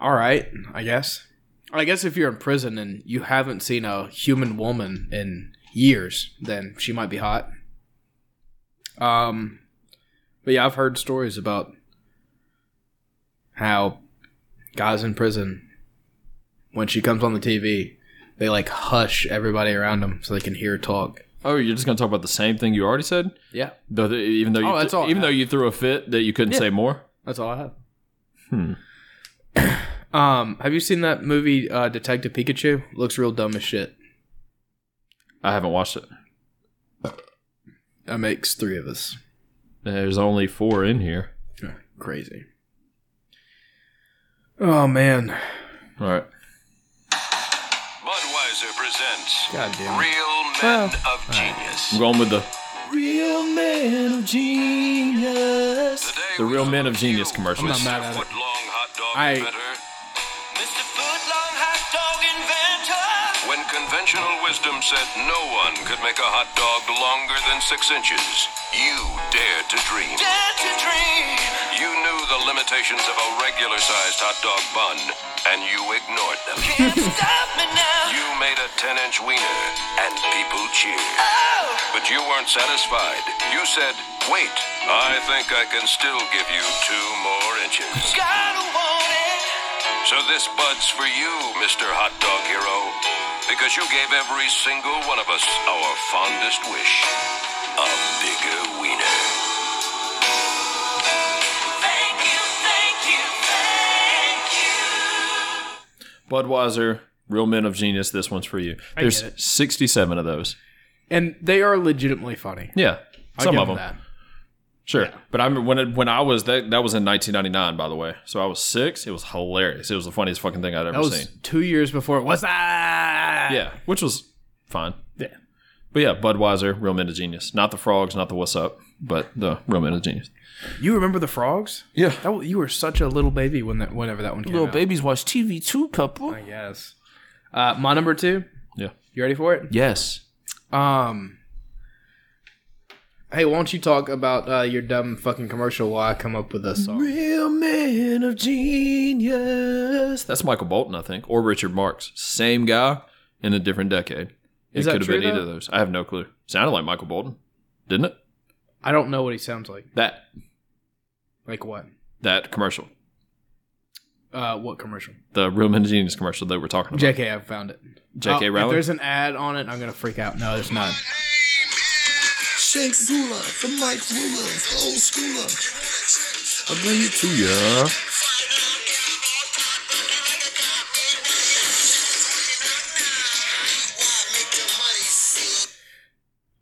[SPEAKER 3] all right, I guess. I guess if you're in prison and you haven't seen a human woman in years, then she might be hot. Um, but yeah, I've heard stories about how guys in prison, when she comes on the TV, they like hush everybody around them so they can hear her talk.
[SPEAKER 2] Oh, you're just gonna talk about the same thing you already said,
[SPEAKER 3] Yeah,
[SPEAKER 2] though. the- even though you
[SPEAKER 3] Oh, that's all I
[SPEAKER 2] even
[SPEAKER 3] have.
[SPEAKER 2] though you threw a fit that you couldn't say more.
[SPEAKER 3] that's all I have. Um, have you seen that movie uh, Detective Pikachu? Looks real dumb as shit.
[SPEAKER 2] I haven't watched it.
[SPEAKER 3] That makes three of us.
[SPEAKER 2] There's only four in here.
[SPEAKER 3] Crazy. Oh man.
[SPEAKER 2] All right.
[SPEAKER 4] Budweiser presents
[SPEAKER 3] God damn it.
[SPEAKER 4] Real Men of Genius.
[SPEAKER 2] I'm going with the real man of genius.
[SPEAKER 4] Today
[SPEAKER 2] The
[SPEAKER 4] we
[SPEAKER 2] real men of
[SPEAKER 4] serve
[SPEAKER 2] genius
[SPEAKER 4] you
[SPEAKER 2] commercials.
[SPEAKER 4] Mr.
[SPEAKER 3] I'm not mad at it.
[SPEAKER 4] Footlong Hot Dog
[SPEAKER 3] I-
[SPEAKER 4] Inventor. Mr. Footlong Hot Dog Inventor. When conventional wisdom said no one could make a hot dog longer than six inches, you dared to dream. Dared to dream. You knew the limitations of a regular sized hot dog bun, and you ignored them. Can't stop me now. You made a 10 inch wiener, and people cheered. But you weren't satisfied. You said, wait, I think I can still give you two more inches. Gotta want it. So this bud's for you, Mr. Hot Dog Hero, because you gave every single one of us our fondest wish a bigger wiener. Thank you, thank you, thank you.
[SPEAKER 2] Budweiser, real men of genius. This one's for you. There's 67 of those.
[SPEAKER 3] And they are legitimately funny.
[SPEAKER 2] Yeah, some
[SPEAKER 3] give
[SPEAKER 2] of them.
[SPEAKER 3] that.
[SPEAKER 2] Sure, but I remember when it, when I was that that was in 1999, by the way. So I was six. It was hilarious. It was the funniest fucking thing I'd ever
[SPEAKER 3] That was
[SPEAKER 2] seen.
[SPEAKER 3] two years before. What's that?
[SPEAKER 2] Yeah, which was fine. Yeah. But yeah, Budweiser, Real Men of Genius. Not the frogs, not the what's up, but the Real Men of Genius.
[SPEAKER 3] You remember the frogs?
[SPEAKER 2] Yeah.
[SPEAKER 3] That, wa- you were such a little baby when that whenever that one came out.
[SPEAKER 2] babies watch TV too, couple.
[SPEAKER 3] I guess. Uh, my number two.
[SPEAKER 2] Yeah.
[SPEAKER 3] You ready for it?
[SPEAKER 2] Yes.
[SPEAKER 3] Um. Hey, why don't you talk about uh, your dumb fucking commercial while I come up with a song?
[SPEAKER 2] Real Men of Genius. That's Michael Bolton, I think, or Richard Marx. Same guy in a different decade. It
[SPEAKER 3] Is that
[SPEAKER 2] could have
[SPEAKER 3] true,
[SPEAKER 2] been either of
[SPEAKER 3] though?
[SPEAKER 2] those. I have no clue. Sounded like Michael Bolton, didn't it?
[SPEAKER 3] I don't know what he sounds like.
[SPEAKER 2] That
[SPEAKER 3] Like what?
[SPEAKER 2] that commercial,
[SPEAKER 3] Uh, what commercial?
[SPEAKER 2] the Real Men of Genius commercial that we're talking about.
[SPEAKER 3] JK, I found it.
[SPEAKER 2] J.K.
[SPEAKER 3] Oh, If
[SPEAKER 2] Rowling.
[SPEAKER 3] there's an ad on it, I'm gonna freak out. No, there's not.
[SPEAKER 6] Shake Zula, the Mike Ruler, the old schooler.
[SPEAKER 2] I'll bring it to ya.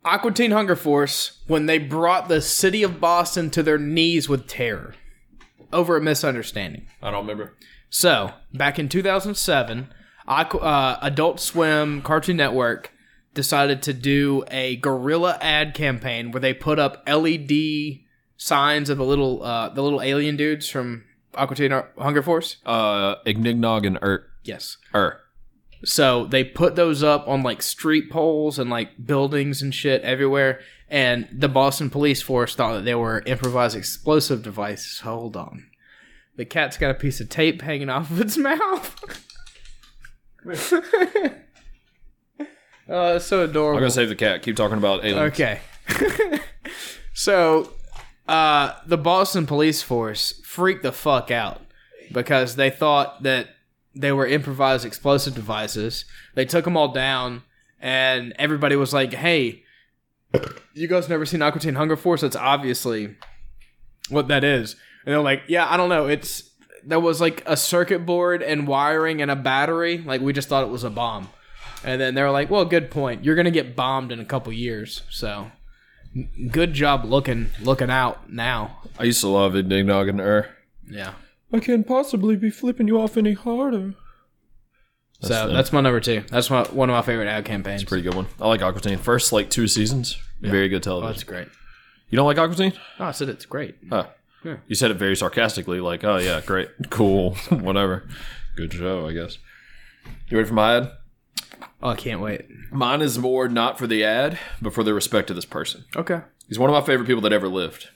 [SPEAKER 3] Aqua Teen Hunger Force when they brought the city of Boston to their knees with terror over a misunderstanding.
[SPEAKER 2] I don't remember.
[SPEAKER 3] So, back in 2007, Aqu- uh, Adult Swim Cartoon Network decided to do a guerrilla ad campaign where they put up LED signs of the little uh, the little alien dudes from Aqua Teen Hunger Force.
[SPEAKER 2] Uh, Ignignog and Er.
[SPEAKER 3] Yes.
[SPEAKER 2] Er.
[SPEAKER 3] So they put those up on like street poles and like buildings and shit everywhere. And the Boston police force thought that they were improvised explosive devices. Hold on. The cat's got a piece of tape hanging off of its mouth. oh, it's so
[SPEAKER 2] I'm
[SPEAKER 3] adorable.
[SPEAKER 2] gonna save the cat. Keep talking about aliens.
[SPEAKER 3] Okay. so, uh, the Boston police force freaked the fuck out because they thought that they were improvised explosive devices. They took them all down, and everybody was like, hey, you guys never seen Aqua Teen Hunger Force? That's obviously what that is. And they're like, yeah, I don't know. It's. There was like a circuit board and wiring and a battery. Like, we just thought it was a bomb. And then they were like, "Well, good point. You're gonna get bombed in a couple years, so n- good job looking looking out now."
[SPEAKER 2] I used to love Ignignog and Er.
[SPEAKER 3] Yeah.
[SPEAKER 2] I can't possibly be flipping you off any harder.
[SPEAKER 3] so
[SPEAKER 2] the-
[SPEAKER 3] that's my number two. That's my, one of my favorite ad campaigns.
[SPEAKER 2] Pretty good one. I like Aquatine. First, like two seasons, very good
[SPEAKER 3] oh, that's
[SPEAKER 2] television.
[SPEAKER 3] great.
[SPEAKER 2] you don't like Aquatine?
[SPEAKER 3] No, I said it's great.
[SPEAKER 2] Huh.
[SPEAKER 3] Yeah.
[SPEAKER 2] You said it very sarcastically, like, "Oh yeah, great, cool, whatever, good show, I guess." You ready for my ad?
[SPEAKER 3] Oh, I can't wait.
[SPEAKER 2] Mine is more not for the ad, but for the respect to this person.
[SPEAKER 3] Okay.
[SPEAKER 2] He's one of my favorite people that ever lived,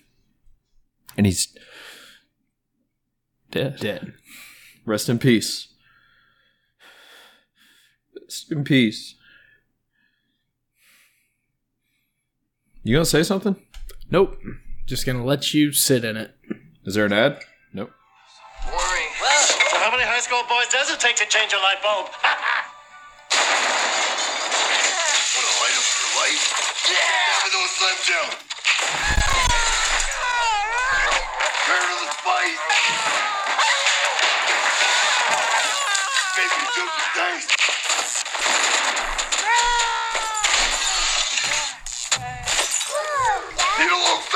[SPEAKER 2] and he's dead.
[SPEAKER 3] Dead.
[SPEAKER 2] Rest in peace. Rest in peace. You gonna say something?
[SPEAKER 3] Nope. Just gonna let you sit in it.
[SPEAKER 2] Is there an ad? Nope.
[SPEAKER 7] So how many high school boys does it take to change a light bulb?
[SPEAKER 4] Want to light up your life? Have those Slim Jim. Prepare to the fight.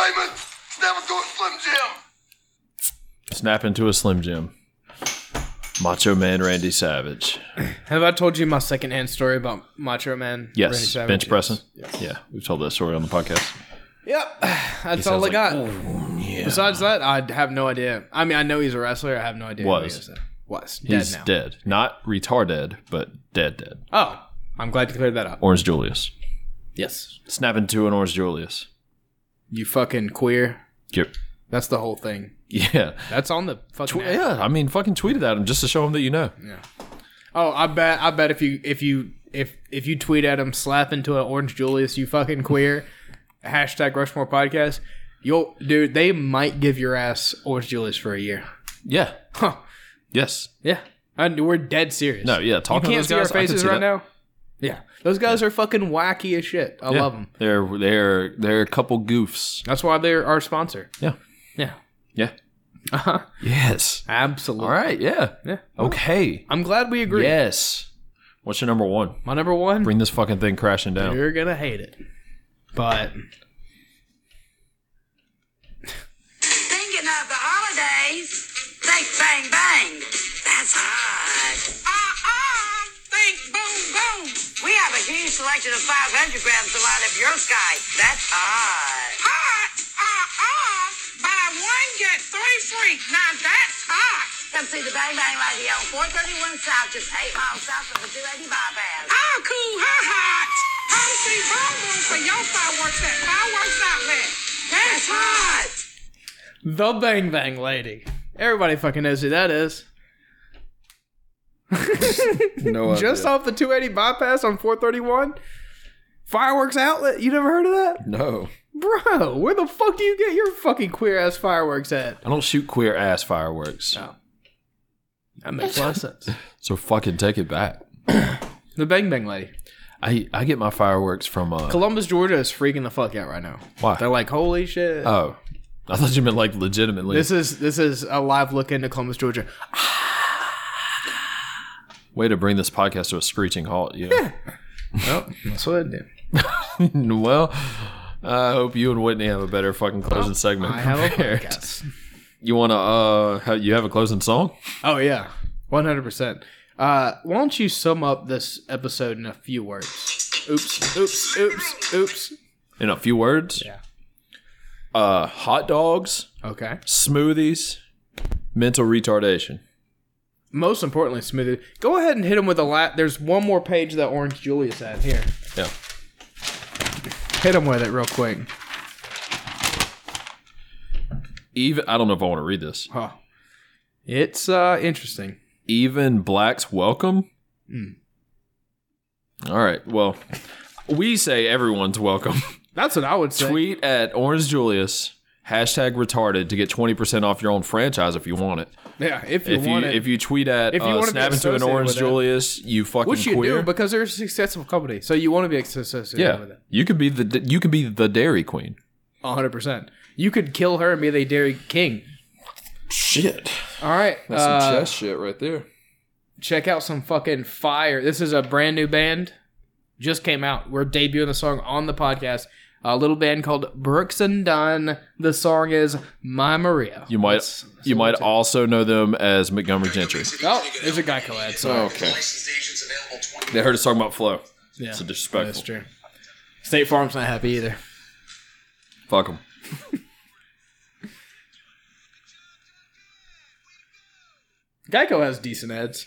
[SPEAKER 8] Raymond, snap into a Slim Jim.
[SPEAKER 2] Snap into a Slim Jim. Macho Man Randy Savage.
[SPEAKER 3] Have I told you my secondhand story about Macho Man? Randy
[SPEAKER 2] Yes,
[SPEAKER 3] Savage?
[SPEAKER 2] bench pressing. Yeah, we've told that story on the podcast.
[SPEAKER 3] Yep, that's
[SPEAKER 2] sounds
[SPEAKER 3] all I
[SPEAKER 2] like,
[SPEAKER 3] got. Besides that, I have no idea. I mean, I know he's a wrestler. I have no idea. who he
[SPEAKER 2] Was.
[SPEAKER 3] is, though. was dead
[SPEAKER 2] He's
[SPEAKER 3] now.
[SPEAKER 2] dead. Not retarded, but dead, dead.
[SPEAKER 3] Oh, I'm glad you cleared that up.
[SPEAKER 2] Orange Julius.
[SPEAKER 3] Yes,
[SPEAKER 2] Snap into an Orange Julius.
[SPEAKER 3] you fucking queer.
[SPEAKER 2] Yep.
[SPEAKER 3] That's the whole thing.
[SPEAKER 2] Yeah.
[SPEAKER 3] That's on the fucking.
[SPEAKER 2] Tw-
[SPEAKER 3] app.
[SPEAKER 2] yeah, I mean, fucking tweeted at him just to show him that you know.
[SPEAKER 3] Oh, I bet. I bet if you if you if if you tweet at him, slap into an orange Julius, you fucking queer. hashtag Rushmore podcast. You'll dude. They might give your ass orange Julius for a year.
[SPEAKER 2] Yeah.
[SPEAKER 3] Huh.
[SPEAKER 2] Yes.
[SPEAKER 3] Yeah, and we're dead serious.
[SPEAKER 2] No, yeah, talk
[SPEAKER 3] you
[SPEAKER 2] to
[SPEAKER 3] can't
[SPEAKER 2] those
[SPEAKER 3] see
[SPEAKER 2] guys,
[SPEAKER 3] our
[SPEAKER 2] I can
[SPEAKER 3] faces
[SPEAKER 2] see
[SPEAKER 3] right
[SPEAKER 2] that.
[SPEAKER 3] now. Yeah, those guys are fucking wacky as shit. I
[SPEAKER 2] Yeah.
[SPEAKER 3] love them.
[SPEAKER 2] They're they're they're a couple goofs.
[SPEAKER 3] That's why they're our sponsor.
[SPEAKER 2] Yeah.
[SPEAKER 3] Yeah.
[SPEAKER 2] Yeah.
[SPEAKER 3] Uh-huh.
[SPEAKER 2] Yes.
[SPEAKER 3] Absolutely.
[SPEAKER 2] All right. Yeah.
[SPEAKER 3] Yeah.
[SPEAKER 2] Okay.
[SPEAKER 3] I'm glad we agree.
[SPEAKER 2] Yes. What's your number one?
[SPEAKER 3] My number one.
[SPEAKER 2] Bring this fucking thing crashing down.
[SPEAKER 3] You're gonna hate it, but
[SPEAKER 9] Thinking of the holidays, think bang bang. That's hot. Uh-uh. Think boom boom. We have a huge selection of 500 grams to light up your sky. That's hot. Hot? Uh-uh. Buy one, get three free. Now that's hot. Come see the Bang Bang Lady on 431 South, just eight miles south of the 280 bypass. Oh, cool. Her hot. Come see Boom Boom for your fireworks at Fireworks Outlet. That's hot.
[SPEAKER 3] the Bang Bang Lady. Everybody fucking knows who that is.
[SPEAKER 2] No.
[SPEAKER 3] Just off the 280 bypass on 431. Fireworks outlet. You never heard of that,
[SPEAKER 2] no.
[SPEAKER 3] bro? Where the fuck do you get your fucking queer ass fireworks at?
[SPEAKER 2] I don't shoot queer ass fireworks.
[SPEAKER 3] That makes a lot of sense.
[SPEAKER 2] So fucking take it back.
[SPEAKER 3] The Bang Bang Lady.
[SPEAKER 2] I I get my fireworks from uh.
[SPEAKER 3] Columbus, Georgia is freaking the fuck out right now.
[SPEAKER 2] Why?
[SPEAKER 3] They're like, holy shit.
[SPEAKER 2] oh. I thought you meant like legitimately.
[SPEAKER 3] this is this is a live look into Columbus, Georgia.
[SPEAKER 2] Way to bring this podcast to a screeching halt. Yeah.
[SPEAKER 3] Oh, that's what I did.
[SPEAKER 2] well, I hope you and Whitney have a better fucking closing segment.
[SPEAKER 3] I have a
[SPEAKER 2] prepared.
[SPEAKER 3] podcast.
[SPEAKER 2] You wanna uh? ha- You have a closing song?
[SPEAKER 3] Oh yeah, one hundred percent. Uh, why don't you sum up this episode in a few words? Oops, oops, oops, oops.
[SPEAKER 2] In a few words.
[SPEAKER 3] Yeah.
[SPEAKER 2] Uh, hot dogs,
[SPEAKER 3] Okay.
[SPEAKER 2] smoothies, mental retardation.
[SPEAKER 3] Most importantly, smoothie. Go ahead and hit him with a lat. There's one more page that Orange Julius had here.
[SPEAKER 2] Yeah.
[SPEAKER 3] Hit him with it real quick.
[SPEAKER 2] Even I don't know if I want to read this.
[SPEAKER 3] Huh. It's uh interesting.
[SPEAKER 2] Even blacks welcome.
[SPEAKER 3] Hmm.
[SPEAKER 2] All right. Well, we say everyone's welcome.
[SPEAKER 3] That's what I would say.
[SPEAKER 2] Tweet at Orange Julius hashtag retarded to get twenty percent off your own franchise if you want it.
[SPEAKER 3] Yeah, if you
[SPEAKER 2] If you
[SPEAKER 3] want it.
[SPEAKER 2] if you tweet at
[SPEAKER 3] If you
[SPEAKER 2] uh,
[SPEAKER 3] wanna be
[SPEAKER 2] snap into an
[SPEAKER 3] associated
[SPEAKER 2] Orange
[SPEAKER 3] with it.
[SPEAKER 2] Julius, you fucking
[SPEAKER 3] Which you
[SPEAKER 2] queer.
[SPEAKER 3] do because they're a successful company, so you want to be associated
[SPEAKER 2] yeah,
[SPEAKER 3] with it.
[SPEAKER 2] you could be the you could be the Dairy Queen.
[SPEAKER 3] One hundred percent. You could kill her and be the Dairy King.
[SPEAKER 2] Shit,
[SPEAKER 3] All right, uh,
[SPEAKER 2] shit right there.
[SPEAKER 3] check out some fucking fire. This is a brand new band, just came out. We're debuting the song on the podcast. A little band called Brooks and Dunn. The song is My Maria.
[SPEAKER 2] You might
[SPEAKER 3] Let's-
[SPEAKER 2] you might also know them as Montgomery Gentry.
[SPEAKER 3] Oh, there's a Geico ad. Sorry,
[SPEAKER 2] Oh, Okay, they heard us talking about flow.
[SPEAKER 3] yeah,
[SPEAKER 2] It's a disrespectful.
[SPEAKER 3] that's true. State Farm's not happy either.
[SPEAKER 2] Fuck them.
[SPEAKER 3] Geico has decent ads.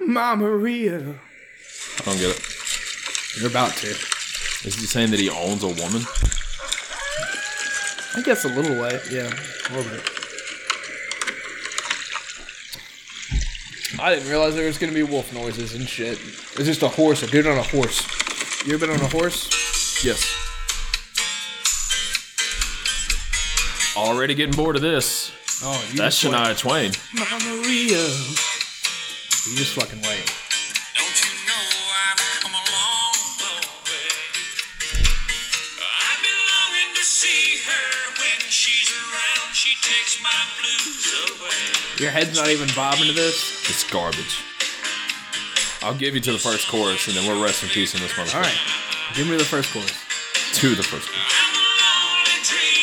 [SPEAKER 3] My Maria.
[SPEAKER 2] I don't get it.
[SPEAKER 3] You're about to.
[SPEAKER 2] Is he saying that he owns a woman?
[SPEAKER 3] I guess a little late. Yeah, a little bit. I didn't realize there was gonna be wolf noises and shit. It's just a horse, a dude on a horse. You ever been on a horse?
[SPEAKER 2] Yes. Already getting bored of this.
[SPEAKER 3] Oh, you
[SPEAKER 2] That's
[SPEAKER 3] just wait.
[SPEAKER 2] Shania Twain.
[SPEAKER 3] Mama Rio. You just fucking wait.
[SPEAKER 4] Don't you know I've come a long, long way? I've been longing to see her when she's around. She takes my blues away.
[SPEAKER 3] Your head's not even bobbing to this.
[SPEAKER 2] It's garbage. I'll give you to the first chorus, and then we'll rest in peace in this one.
[SPEAKER 3] All right, give me the first chorus.
[SPEAKER 2] to the first.
[SPEAKER 4] I'm a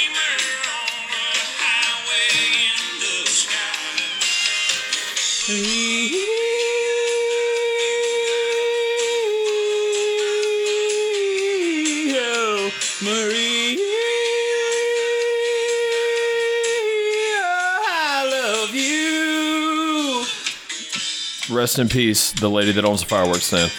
[SPEAKER 2] Rest in peace, the lady that owns the fireworks stand.